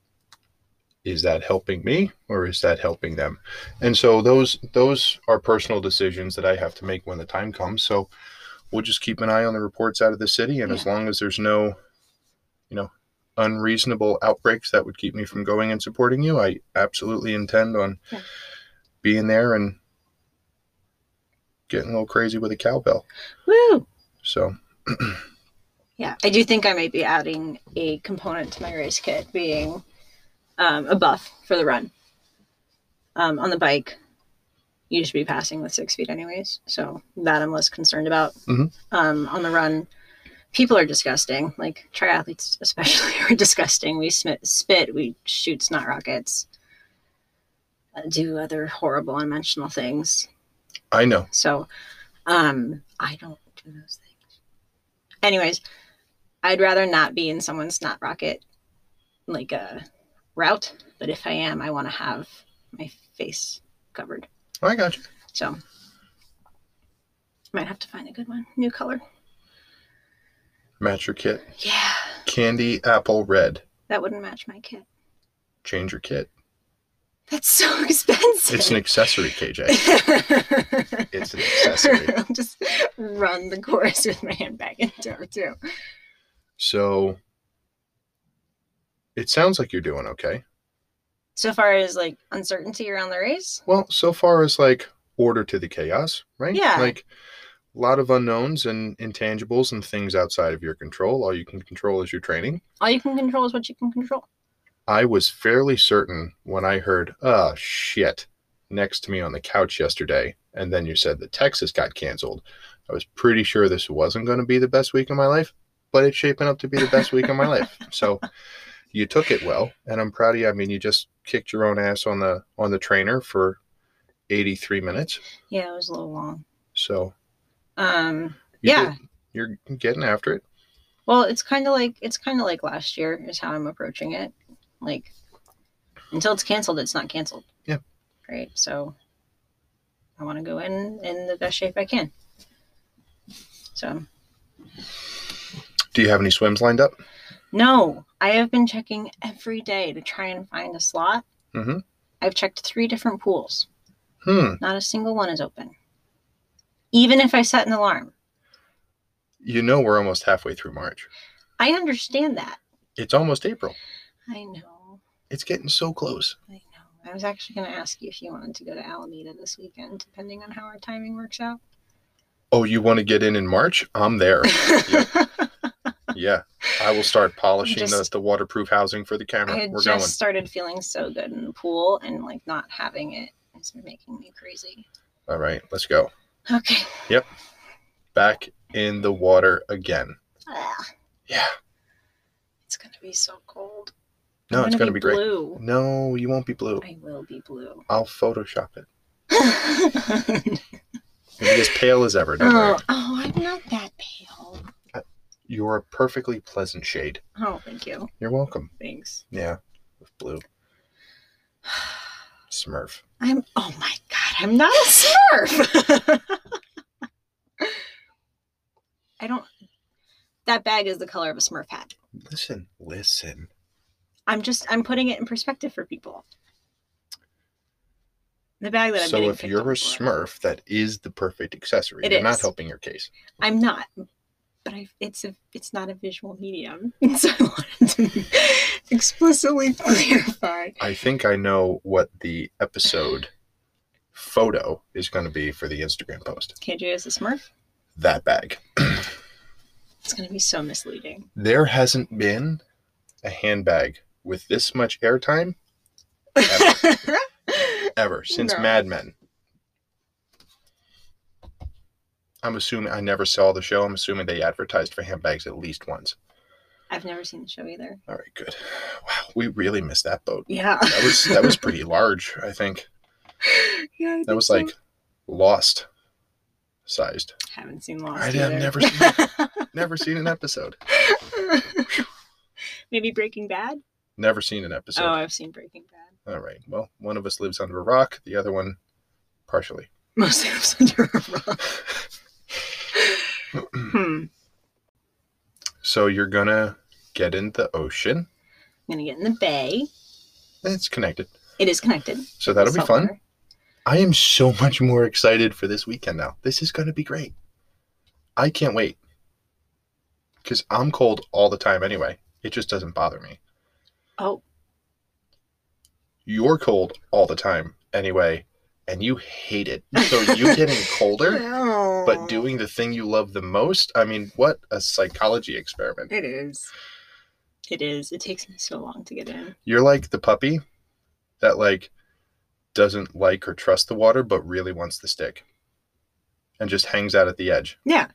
[SPEAKER 1] is that helping me or is that helping them and so those those are personal decisions that i have to make when the time comes so we'll just keep an eye on the reports out of the city and as long as there's no you know unreasonable outbreaks that would keep me from going and supporting you i absolutely intend on
[SPEAKER 2] Yeah.
[SPEAKER 1] being there and getting a little crazy with a cowbell
[SPEAKER 2] Woo!
[SPEAKER 1] so
[SPEAKER 2] Yeah, I do think I might be adding a component to my race kit being um, a buff for the run um, on the bike. you should be passing with six feet anyways. So that I'm less concerned about.
[SPEAKER 1] Mhm.
[SPEAKER 2] Um, on the run, people are disgusting. Like triathletes especially [laughs] are disgusting. We smit, spit, we shoot snot rockets, uh, do other horrible unmentionable things.
[SPEAKER 1] I know.
[SPEAKER 2] So um, I don't do those things. Anyways, I'd rather not be in someone's snot rocket like a route, but if I am, I want to have my face covered.
[SPEAKER 1] I got you.
[SPEAKER 2] So might have to find a good one. New color.
[SPEAKER 1] Match your kit.
[SPEAKER 2] Yeah.
[SPEAKER 1] Candy apple red.
[SPEAKER 2] That wouldn't match my kit.
[SPEAKER 1] Change your kit.
[SPEAKER 2] That's so [laughs] expensive.
[SPEAKER 1] It's an accessory, KJ. It's an accessory.
[SPEAKER 2] [laughs] I'll just run the course with my handbag and tote too.
[SPEAKER 1] So it sounds like you're doing okay.
[SPEAKER 2] So far as like uncertainty around the race,
[SPEAKER 1] Well, so far as like order to the chaos, right?
[SPEAKER 2] Yeah.
[SPEAKER 1] Like a lot of unknowns and intangibles and things outside of your control. All you can control is your training.
[SPEAKER 2] all you can control is what you can control.
[SPEAKER 1] I was fairly certain when I heard, oh shit, next to me on the couch yesterday, and then you said that Texas got canceled. I was pretty sure this wasn't going to be the best week of my life, but it's shaping up to be the best week of my life. So you took it well, and I'm proud of you. I mean, you just kicked your own ass on the on the trainer for 83 minutes.
[SPEAKER 2] Yeah, it was a little long.
[SPEAKER 1] So
[SPEAKER 2] Um
[SPEAKER 1] you
[SPEAKER 2] yeah.
[SPEAKER 1] did- you're getting after it.
[SPEAKER 2] Well, it's kind of like it's kind of like last year is how I'm approaching it. Like until it's canceled, it's not canceled.
[SPEAKER 1] Yeah.
[SPEAKER 2] Right. So I want to go in in the best shape I can. So
[SPEAKER 1] Do you have any swims lined up?
[SPEAKER 2] no, I have been checking every day to try and find a slot.
[SPEAKER 1] Mhm.
[SPEAKER 2] I've checked three different pools.
[SPEAKER 1] Hmm.
[SPEAKER 2] Not a single one is open. Even if I set an alarm,
[SPEAKER 1] You know we're almost halfway through March.
[SPEAKER 2] I understand that.
[SPEAKER 1] It's almost April.
[SPEAKER 2] I know.
[SPEAKER 1] It's getting so close.
[SPEAKER 2] I know. I was actually going to ask you if you wanted to go to Alameda this weekend, depending on how our timing works out.
[SPEAKER 1] Oh, you want to get in in March? I'm
[SPEAKER 2] [laughs]
[SPEAKER 1] there. yeah, I will start polishing
[SPEAKER 2] Just-
[SPEAKER 1] the, the waterproof housing for the
[SPEAKER 2] I
[SPEAKER 1] camera.
[SPEAKER 2] had
[SPEAKER 1] We're
[SPEAKER 2] just
[SPEAKER 1] going.
[SPEAKER 2] started feeling so good in the pool, and like not having it has been making me crazy.
[SPEAKER 1] All right, let's go.
[SPEAKER 2] Okay.
[SPEAKER 1] Back in the water again.
[SPEAKER 2] Ah,
[SPEAKER 1] Yeah.
[SPEAKER 2] it's going to be so cold.
[SPEAKER 1] No,
[SPEAKER 2] I'm
[SPEAKER 1] it's going to be, great.
[SPEAKER 2] Blue.
[SPEAKER 1] No, you won't be blue.
[SPEAKER 2] I will be
[SPEAKER 1] [laughs]
[SPEAKER 2] blue.
[SPEAKER 1] I'll Photoshop it. It'll be as pale as ever. Don't
[SPEAKER 2] oh,
[SPEAKER 1] worry.
[SPEAKER 2] oh, I'm not that pale.
[SPEAKER 1] You're a perfectly pleasant shade.
[SPEAKER 2] Oh, thank you.
[SPEAKER 1] You're welcome.
[SPEAKER 2] Thanks.
[SPEAKER 1] Yeah, with blue. [sighs] Smurf.
[SPEAKER 2] I'm. Oh my god, I'm not a smurf. [laughs] I don't. That bag is the color of a smurf hat.
[SPEAKER 1] Listen, listen.
[SPEAKER 2] I'm just. I'm putting it in perspective for people. The bag that I'm
[SPEAKER 1] So
[SPEAKER 2] getting
[SPEAKER 1] if
[SPEAKER 2] picked
[SPEAKER 1] you're
[SPEAKER 2] on
[SPEAKER 1] a
[SPEAKER 2] for.
[SPEAKER 1] Smurf, that is the perfect accessory.
[SPEAKER 2] It
[SPEAKER 1] you're
[SPEAKER 2] is.
[SPEAKER 1] not helping your case.
[SPEAKER 2] I'm not. But I, it's a. It's not a visual medium, [laughs] so I wanted to explicitly clarify.
[SPEAKER 1] I think I know what the episode photo is going to be for the Instagram post.
[SPEAKER 2] KJ is a smurf.
[SPEAKER 1] That bag.
[SPEAKER 2] It's gonna be so misleading.
[SPEAKER 1] There hasn't been a handbag with this much airtime ever since
[SPEAKER 2] No.
[SPEAKER 1] Mad Men. I'm assuming I never saw the show. I'm assuming they advertised for handbags at least once.
[SPEAKER 2] [laughs] I've never seen the show either.
[SPEAKER 1] All right, good. Wow, we really missed that boat.
[SPEAKER 2] Yeah. [laughs]
[SPEAKER 1] That was that was pretty large, I think.
[SPEAKER 2] yeah, I
[SPEAKER 1] That
[SPEAKER 2] think
[SPEAKER 1] was
[SPEAKER 2] so.
[SPEAKER 1] like lost sized.
[SPEAKER 2] haven't seen Lost.
[SPEAKER 1] I
[SPEAKER 2] either.
[SPEAKER 1] have never seen that. Never seen an episode.
[SPEAKER 2] [laughs] Maybe Breaking Bad.
[SPEAKER 1] Never seen an
[SPEAKER 2] oh,
[SPEAKER 1] episode.
[SPEAKER 2] I've seen Breaking Bad.
[SPEAKER 1] All right. Well, one of us lives under a rock, the other one partially.
[SPEAKER 2] Mostly it was under a rock. [laughs]
[SPEAKER 1] [clears throat]
[SPEAKER 2] hmm. I'm
[SPEAKER 1] So you're going to get in the ocean.
[SPEAKER 2] gonna get in the bay.
[SPEAKER 1] It's connected.
[SPEAKER 2] It is connected.
[SPEAKER 1] So that'll be
[SPEAKER 2] Salt
[SPEAKER 1] fun.
[SPEAKER 2] water.
[SPEAKER 1] I am so [laughs] much more excited for this weekend now. This is going to be great. I can't wait. Cuz I'm cold all the time anyway. It just doesn't bother me.
[SPEAKER 2] Oh,
[SPEAKER 1] You're cold all the time anyway, and you hate it. So you getting colder but doing the thing you love the most? I mean, what a psychology experiment.
[SPEAKER 2] it is. It is. It takes me so long to get in.
[SPEAKER 1] You're like the puppy that like doesn't like or trust the water, but really wants the stick, and just hangs out at the edge.
[SPEAKER 2] Yeah.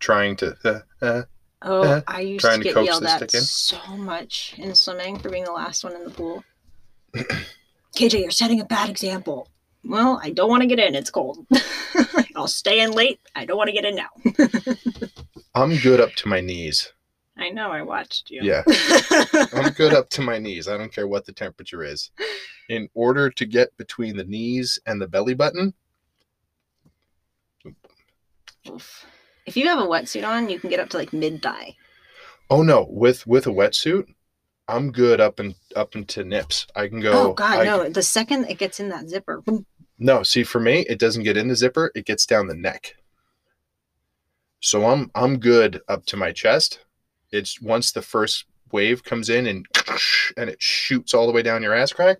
[SPEAKER 1] Trying to. Uh, uh,
[SPEAKER 2] Oh,
[SPEAKER 1] Uh,
[SPEAKER 2] I used
[SPEAKER 1] trying
[SPEAKER 2] to
[SPEAKER 1] to
[SPEAKER 2] get
[SPEAKER 1] coax
[SPEAKER 2] yelled
[SPEAKER 1] the
[SPEAKER 2] at
[SPEAKER 1] stick in.
[SPEAKER 2] so much in swimming for being the last one in the pool. [clears throat] KJ, you're setting a bad example. Well, I don't want to get in. It's cold. [laughs] I'll stay in late. I don't want to get in now.
[SPEAKER 1] I'm good up to my knees.
[SPEAKER 2] I know. I watched you.
[SPEAKER 1] Yeah. I'm good up to my knees. I don't care what the temperature is. In order to get between the knees and the belly button,
[SPEAKER 2] [laughs] Oof. if you have a wetsuit on, you can get up to like mid thigh.
[SPEAKER 1] oh no, with with a wetsuit, I'm good up and up into nips. I can go.
[SPEAKER 2] Oh, God,
[SPEAKER 1] I-
[SPEAKER 2] no! The second it gets in that zipper, boom.
[SPEAKER 1] No, see, for me, it doesn't get in the zipper; it gets down the neck. So I'm I'm good up to my chest. It's once the first wave comes in and [sniffs] and it shoots all the way down your ass crack.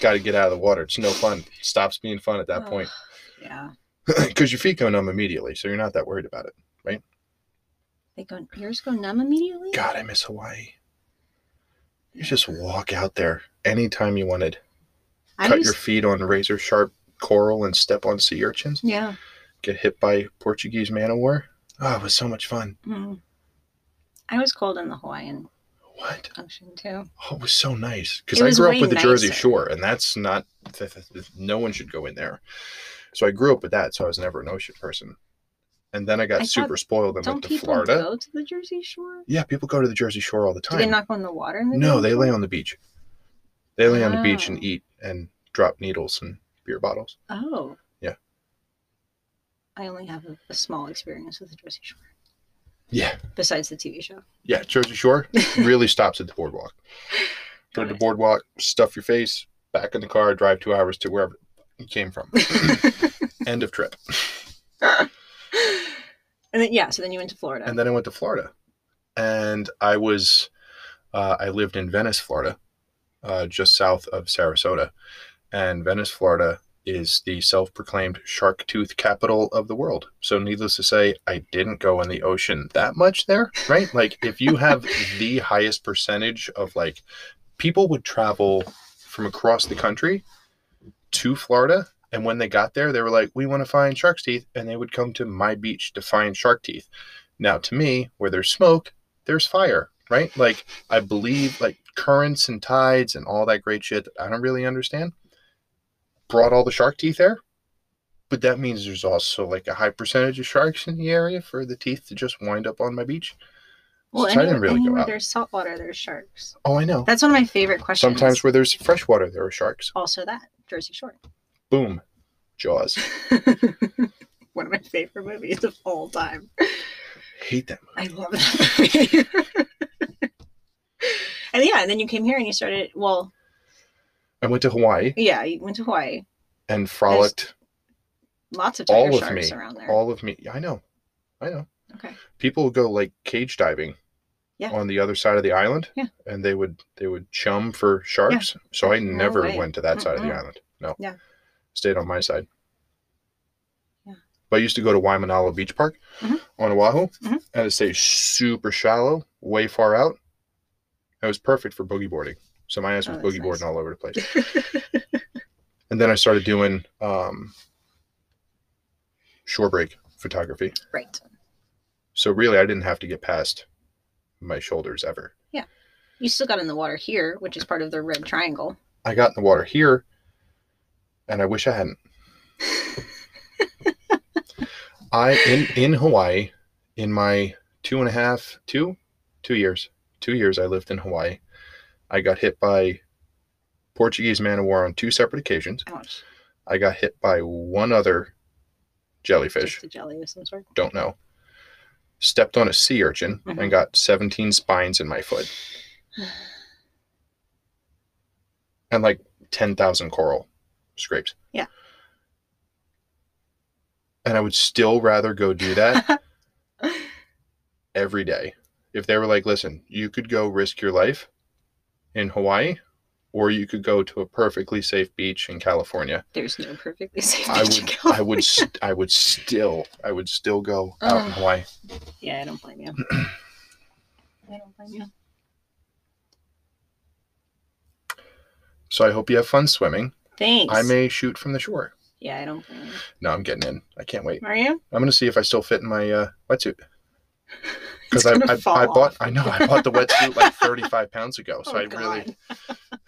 [SPEAKER 1] Got to get out of the water. It's no fun. Stops being fun at that
[SPEAKER 2] Ugh.
[SPEAKER 1] point [clears throat]
[SPEAKER 2] yeah,
[SPEAKER 1] because your feet go numb immediately, so you're not that worried about it.
[SPEAKER 2] they go yours go numb immediately.
[SPEAKER 1] God, I miss Hawaii. You just walk out there anytime you wanted.
[SPEAKER 2] I
[SPEAKER 1] Cut
[SPEAKER 2] used,
[SPEAKER 1] your feet on razor sharp coral and step on sea urchins.
[SPEAKER 2] yeah.
[SPEAKER 1] get hit by Portuguese man o' war. Oh, it was so much fun.
[SPEAKER 2] Mm. I was cold in the Hawaiian
[SPEAKER 1] What?
[SPEAKER 2] ocean too.
[SPEAKER 1] Oh, it was so nice. Because
[SPEAKER 2] It
[SPEAKER 1] I
[SPEAKER 2] was
[SPEAKER 1] grew
[SPEAKER 2] way
[SPEAKER 1] up with the Jersey
[SPEAKER 2] nicer.
[SPEAKER 1] Shore, and that's not, th- th- th- no one should go in there. So I grew up with that, so I was never an ocean person. And then I got
[SPEAKER 2] I thought-
[SPEAKER 1] super spoiled and went
[SPEAKER 2] Don't
[SPEAKER 1] to
[SPEAKER 2] people
[SPEAKER 1] Florida.
[SPEAKER 2] go to the Jersey Shore?
[SPEAKER 1] Yeah, people go to the Jersey Shore all the
[SPEAKER 2] Do
[SPEAKER 1] time.
[SPEAKER 2] they not go in the water? In the
[SPEAKER 1] no,
[SPEAKER 2] Jersey
[SPEAKER 1] they lay
[SPEAKER 2] Shore?
[SPEAKER 1] on the beach. They lay on the beach
[SPEAKER 2] Oh.
[SPEAKER 1] and eat and drop needles and beer bottles.
[SPEAKER 2] Oh.
[SPEAKER 1] Yeah.
[SPEAKER 2] I only have a, a small experience with the Jersey Shore,
[SPEAKER 1] Yeah.
[SPEAKER 2] besides the TV show. [gasps]
[SPEAKER 1] Yeah, Jersey Shore really stops at the boardwalk. Go to the
[SPEAKER 2] Right.
[SPEAKER 1] boardwalk, stuff your face, back in the car, drive two hours to wherever you came from. End of trip.
[SPEAKER 2] and then yeah, so then you went to Florida.
[SPEAKER 1] And then I went to Florida, and I was, uh, I lived in Venice, Florida, uh, just south of Sarasota, and Venice, Florida is the self-proclaimed shark tooth capital of the world. So needless to say, I didn't go in the ocean that much there, right? like if you have the highest percentage of like people would travel from across the country to Florida and when they got there they were like we want to find shark's teeth and they would come to my beach to find shark teeth. Now, to me, where there's smoke, there's fire, right? Like, I believe like currents and tides and all that great shit that I don't really understand brought all the shark teeth there. But that means there's also like a high percentage of sharks in the area for the teeth to just wind up on my beach.
[SPEAKER 2] well,
[SPEAKER 1] so I didn't
[SPEAKER 2] anywhere-
[SPEAKER 1] really go
[SPEAKER 2] anywhere
[SPEAKER 1] out.
[SPEAKER 2] there's salt water, there's sharks.
[SPEAKER 1] Oh, I know.
[SPEAKER 2] That's one of my favorite questions.
[SPEAKER 1] Sometimes where there's fresh water, there are sharks.
[SPEAKER 2] also that Jersey Shore. [laughs]
[SPEAKER 1] Boom. Jaws.
[SPEAKER 2] one of my favorite movies of all time.
[SPEAKER 1] Hate that movie.
[SPEAKER 2] I love that movie. [laughs] and yeah, and then you came here and you started. Well,
[SPEAKER 1] I went to Hawaii
[SPEAKER 2] yeah, you went to Hawaii.
[SPEAKER 1] and frolicked
[SPEAKER 2] Lots of
[SPEAKER 1] All
[SPEAKER 2] tiger
[SPEAKER 1] of
[SPEAKER 2] sharks
[SPEAKER 1] me.
[SPEAKER 2] around there.
[SPEAKER 1] all of me. I know. I know.
[SPEAKER 2] okay.
[SPEAKER 1] people go like cage diving
[SPEAKER 2] Yeah.
[SPEAKER 1] on the other side of the island
[SPEAKER 2] Yeah.
[SPEAKER 1] and they would they would chum for sharks so i
[SPEAKER 2] No
[SPEAKER 1] never
[SPEAKER 2] way.
[SPEAKER 1] went to that side of the
[SPEAKER 2] Mm-mm.
[SPEAKER 1] island no
[SPEAKER 2] Yeah.
[SPEAKER 1] stayed on my side
[SPEAKER 2] Yeah.
[SPEAKER 1] but i used to go to waimanalo beach park
[SPEAKER 2] Mhm.
[SPEAKER 1] on oahu
[SPEAKER 2] Mhm.
[SPEAKER 1] and it stays super shallow way far out it was perfect for boogie boarding so my ass
[SPEAKER 2] Oh,
[SPEAKER 1] was
[SPEAKER 2] that's
[SPEAKER 1] boogie boarding
[SPEAKER 2] nice.
[SPEAKER 1] all over the place
[SPEAKER 2] [laughs]
[SPEAKER 1] and then i started doing um shore break photography
[SPEAKER 2] Right.
[SPEAKER 1] so really, I didn't have to get past my shoulders ever.
[SPEAKER 2] You still got in the water here, which is part of the red triangle.
[SPEAKER 1] I got in the water here, and I wish I hadn't. I in in Hawaii, in my two and a half, two, two years, two years I lived in Hawaii. I got hit by Portuguese man of war on two separate occasions.
[SPEAKER 2] Ouch.
[SPEAKER 1] I got hit by one other jellyfish.
[SPEAKER 2] Just a jelly of some sort.
[SPEAKER 1] Don't know. Stepped on a sea urchin
[SPEAKER 2] Mhm.
[SPEAKER 1] and got 17 spines in my foot.
[SPEAKER 2] [sighs]
[SPEAKER 1] and like 10,000 coral scrapes.
[SPEAKER 2] Yeah.
[SPEAKER 1] And I would still rather go do that
[SPEAKER 2] [laughs]
[SPEAKER 1] every day. If they were like, listen, you could go risk your life in Hawaii, or you could go to a perfectly safe beach in California.
[SPEAKER 2] There's no perfectly [laughs] safe
[SPEAKER 1] I
[SPEAKER 2] beach in
[SPEAKER 1] would, I
[SPEAKER 2] California.
[SPEAKER 1] would, st- I would still, I would still
[SPEAKER 2] [laughs]
[SPEAKER 1] go out in
[SPEAKER 2] Ugh.
[SPEAKER 1] Hawaii.
[SPEAKER 2] Yeah, I don't
[SPEAKER 1] [clears throat]
[SPEAKER 2] blame you. I don't blame you.
[SPEAKER 1] So I hope you have fun swimming.
[SPEAKER 2] Thanks.
[SPEAKER 1] I may shoot from the shore.
[SPEAKER 2] yeah, I don't blame you.
[SPEAKER 1] No, I'm getting in. I can't wait.
[SPEAKER 2] Are you?
[SPEAKER 1] I'm gonna see if I still fit in my uh, wetsuit because
[SPEAKER 2] [laughs] It's
[SPEAKER 1] I,
[SPEAKER 2] gonna
[SPEAKER 1] I,
[SPEAKER 2] fall
[SPEAKER 1] I bought.
[SPEAKER 2] off.
[SPEAKER 1] I know I bought the wetsuit
[SPEAKER 2] [laughs]
[SPEAKER 1] like 35 pounds ago, so
[SPEAKER 2] Oh,
[SPEAKER 1] I
[SPEAKER 2] God.
[SPEAKER 1] [laughs] really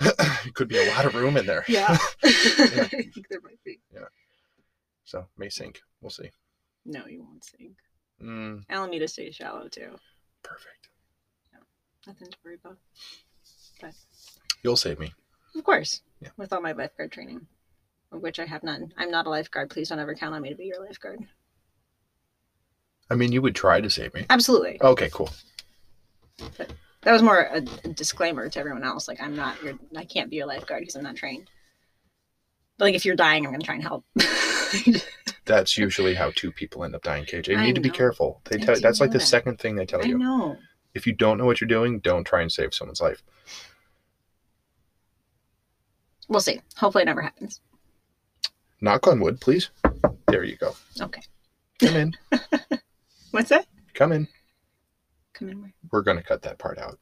[SPEAKER 1] it [clears throat] could be a lot of room in there.
[SPEAKER 2] [laughs] Yeah. I think there might be.
[SPEAKER 1] So may sink. We'll see.
[SPEAKER 2] No, you won't sink.
[SPEAKER 1] Mm,
[SPEAKER 2] Alameda stays shallow too.
[SPEAKER 1] perfect.
[SPEAKER 2] Nothing to worry about.
[SPEAKER 1] You'll save me.
[SPEAKER 2] Of course.
[SPEAKER 1] Yeah.
[SPEAKER 2] With all my lifeguard training, of which I have none. I'm not a lifeguard. Please don't ever count on me to be your lifeguard.
[SPEAKER 1] I mean, you would try to save me.
[SPEAKER 2] Absolutely.
[SPEAKER 1] Okay, cool.
[SPEAKER 2] That was more a, a disclaimer to everyone else. Like, I'm not your, I can't be your lifeguard because I'm not trained. But like, if you're dying, I'm going to try and help. [laughs]
[SPEAKER 1] That's usually how two people end up dying. KJ, you
[SPEAKER 2] I
[SPEAKER 1] need to be
[SPEAKER 2] know.
[SPEAKER 1] careful. They
[SPEAKER 2] I
[SPEAKER 1] tell
[SPEAKER 2] do
[SPEAKER 1] that's like
[SPEAKER 2] know
[SPEAKER 1] the
[SPEAKER 2] that.
[SPEAKER 1] second thing they tell
[SPEAKER 2] I
[SPEAKER 1] you.
[SPEAKER 2] know.
[SPEAKER 1] If you don't know what you're doing, don't try and save someone's life.
[SPEAKER 2] We'll see. Hopefully, it never happens.
[SPEAKER 1] Knock on wood, please. There you go.
[SPEAKER 2] Okay.
[SPEAKER 1] Come in.
[SPEAKER 2] What's that?
[SPEAKER 1] Come in.
[SPEAKER 2] Come in. Where?
[SPEAKER 1] We're gonna cut that part out.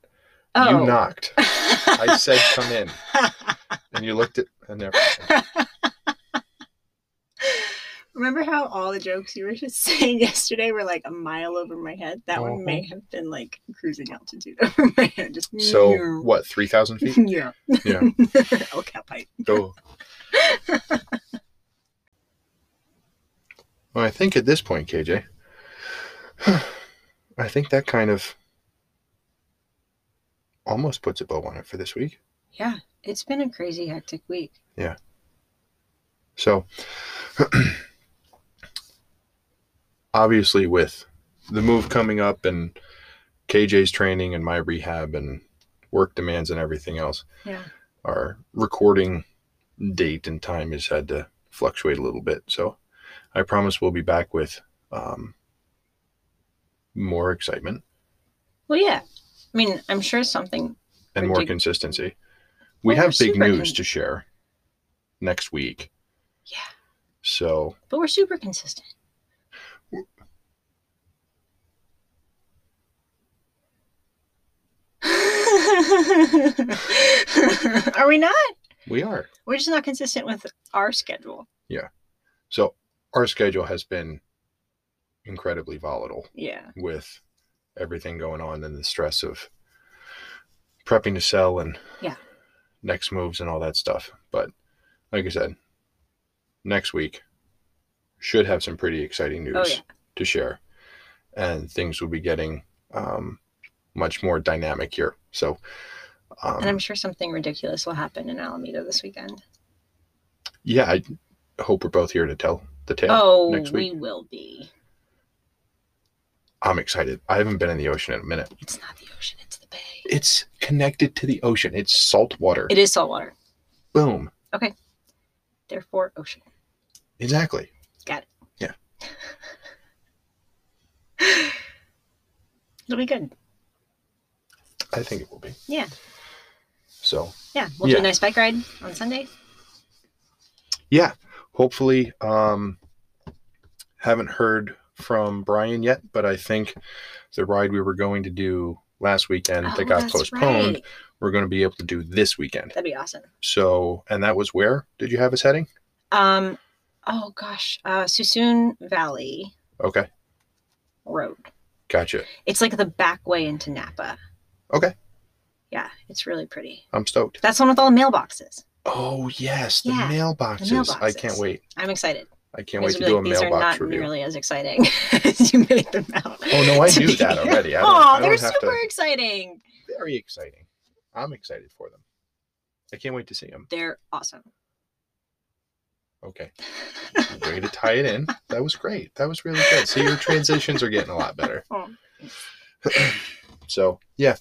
[SPEAKER 2] Oh.
[SPEAKER 1] You
[SPEAKER 2] [laughs]
[SPEAKER 1] knocked. I said come in.
[SPEAKER 2] not.
[SPEAKER 1] And you looked at and never
[SPEAKER 2] Remember how all the jokes you were just [laughs] saying yesterday were like a mile over my head? That
[SPEAKER 1] Uh-huh.
[SPEAKER 2] one may have been like cruising altitude [laughs] over my head. Just
[SPEAKER 1] So
[SPEAKER 2] [laughs]
[SPEAKER 1] what, three thousand feet?
[SPEAKER 2] yeah,
[SPEAKER 1] Yeah.
[SPEAKER 2] [laughs] El Capipe. [laughs]
[SPEAKER 1] Oh. well, I think at this point, KJ, [sighs] I think that kind of almost puts a bow on it for this week.
[SPEAKER 2] Yeah, it's been a crazy hectic week.
[SPEAKER 1] So, [clears throat] obviously, with the move coming up and KJ's training and my rehab and work demands and everything else,
[SPEAKER 2] Yeah.
[SPEAKER 1] our recording date and time has had to fluctuate a little bit. So, I promise we'll be back with um, more excitement
[SPEAKER 2] Well, yeah. I mean, I'm sure something.
[SPEAKER 1] and more
[SPEAKER 2] Ridic-
[SPEAKER 1] consistency. We
[SPEAKER 2] Well, we're
[SPEAKER 1] have big
[SPEAKER 2] super
[SPEAKER 1] news
[SPEAKER 2] con-
[SPEAKER 1] to share next week.
[SPEAKER 2] Yeah,
[SPEAKER 1] So,
[SPEAKER 2] but we're super [laughs] consistent. Are we not?
[SPEAKER 1] we are.
[SPEAKER 2] We're just not consistent with our schedule.
[SPEAKER 1] So our schedule has been incredibly volatile
[SPEAKER 2] Yeah.
[SPEAKER 1] with everything going on and the stress of prepping to sell and
[SPEAKER 2] Yeah.
[SPEAKER 1] next moves and all that stuff. But like I said, next week should have some pretty exciting news
[SPEAKER 2] Oh, yeah.
[SPEAKER 1] to share, and things will be getting um, much more dynamic here. So. Um,
[SPEAKER 2] And I'm sure something ridiculous will happen in Alameda this weekend.
[SPEAKER 1] yeah, I hope we're both here to tell the tale.
[SPEAKER 2] oh,
[SPEAKER 1] next
[SPEAKER 2] we will be.
[SPEAKER 1] I'm excited. I haven't been in the ocean in a minute.
[SPEAKER 2] It's not the ocean, it's the bay.
[SPEAKER 1] It's connected to the ocean. It's salt water.
[SPEAKER 2] It is saltwater,
[SPEAKER 1] Boom.
[SPEAKER 2] therefore ocean.
[SPEAKER 1] Exactly.
[SPEAKER 2] It'll be good.
[SPEAKER 1] I think it will be.
[SPEAKER 2] Yeah.
[SPEAKER 1] So
[SPEAKER 2] Yeah. We'll do
[SPEAKER 1] Yeah.
[SPEAKER 2] a nice bike ride on Sunday.
[SPEAKER 1] yeah, hopefully, um, haven't heard from Brian yet, but I think the ride we were going to do last weekend
[SPEAKER 2] Oh,
[SPEAKER 1] that got
[SPEAKER 2] that's
[SPEAKER 1] postponed,
[SPEAKER 2] right.
[SPEAKER 1] we're going to be able to do this weekend.
[SPEAKER 2] That'd be awesome.
[SPEAKER 1] So, and that was where did you have us heading?
[SPEAKER 2] Um, oh gosh, uh, Susoon Valley
[SPEAKER 1] Okay,
[SPEAKER 2] Road.
[SPEAKER 1] gotcha.
[SPEAKER 2] It's like the back way into Napa.
[SPEAKER 1] Okay.
[SPEAKER 2] Yeah, it's really pretty.
[SPEAKER 1] I'm stoked.
[SPEAKER 2] That's the one with all the mailboxes.
[SPEAKER 1] Oh yes, the,
[SPEAKER 2] Yeah, the
[SPEAKER 1] mailboxes. I can't
[SPEAKER 2] mailboxes.
[SPEAKER 1] wait.
[SPEAKER 2] I'm excited.
[SPEAKER 1] I can't
[SPEAKER 2] These
[SPEAKER 1] wait to
[SPEAKER 2] are
[SPEAKER 1] do a
[SPEAKER 2] like- these are
[SPEAKER 1] mailbox
[SPEAKER 2] not
[SPEAKER 1] review.
[SPEAKER 2] nearly as exciting [laughs] as you made them out.
[SPEAKER 1] Oh no, I
[SPEAKER 2] to
[SPEAKER 1] knew
[SPEAKER 2] be.
[SPEAKER 1] that already.
[SPEAKER 2] [laughs]
[SPEAKER 1] I don't,
[SPEAKER 2] Aw,
[SPEAKER 1] I
[SPEAKER 2] they're
[SPEAKER 1] don't have
[SPEAKER 2] super
[SPEAKER 1] to.
[SPEAKER 2] exciting.
[SPEAKER 1] Very exciting. I'm excited for them. I can't wait to see them.
[SPEAKER 2] They're awesome.
[SPEAKER 1] Okay. Way to tie it in. That was great. That was really good. See, your transitions are getting a lot better.
[SPEAKER 2] Oh.
[SPEAKER 1] So yeah.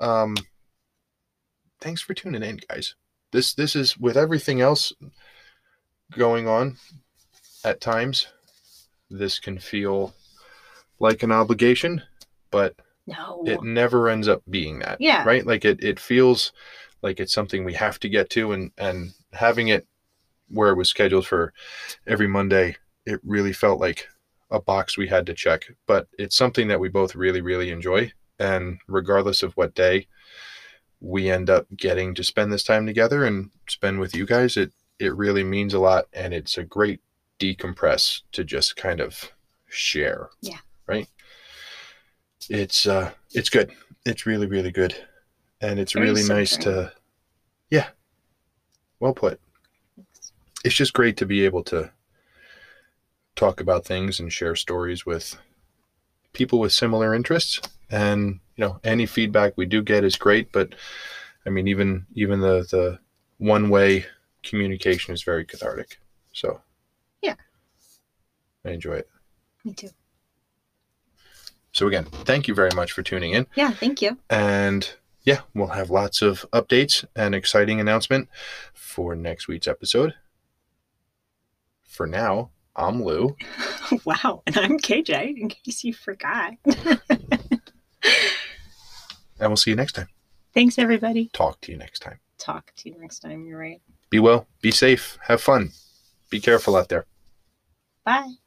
[SPEAKER 1] Um thanks for tuning in, guys. This this is with everything else going on at times, this can feel like an obligation, but
[SPEAKER 2] No.
[SPEAKER 1] it never ends up being that.
[SPEAKER 2] yeah.
[SPEAKER 1] right like it, it feels like it's something we have to get to and and having it where it was scheduled for every monday it really felt like a box we had to check but it's something that we both really really enjoy and regardless of what day we end up getting to spend this time together and spend with you guys it It really means a lot and it's a great decompress to just kind of share.
[SPEAKER 2] Yeah.
[SPEAKER 1] Right? It's uh it's good. It's really really good. And it's
[SPEAKER 2] Very
[SPEAKER 1] really nice
[SPEAKER 2] centering.
[SPEAKER 1] to Yeah. Well put. It's just great to be able to talk about things and share stories with people with similar interests and you know any feedback we do get is great but i mean even even the the one way communication is very cathartic so
[SPEAKER 2] Yeah.
[SPEAKER 1] i enjoy it
[SPEAKER 2] Me too.
[SPEAKER 1] so again thank you very much for tuning in
[SPEAKER 2] Yeah, thank you. [laughs]
[SPEAKER 1] and yeah we'll have lots of updates and exciting announcement for next week's episode for now i'm lou
[SPEAKER 2] wow. And I'm KJ, in case you forgot.
[SPEAKER 1] and we'll see you next time
[SPEAKER 2] Thanks, everybody.
[SPEAKER 1] talk to you next time
[SPEAKER 2] Talk to you next time. You're right.
[SPEAKER 1] be well be safe have fun be careful out there
[SPEAKER 2] Bye.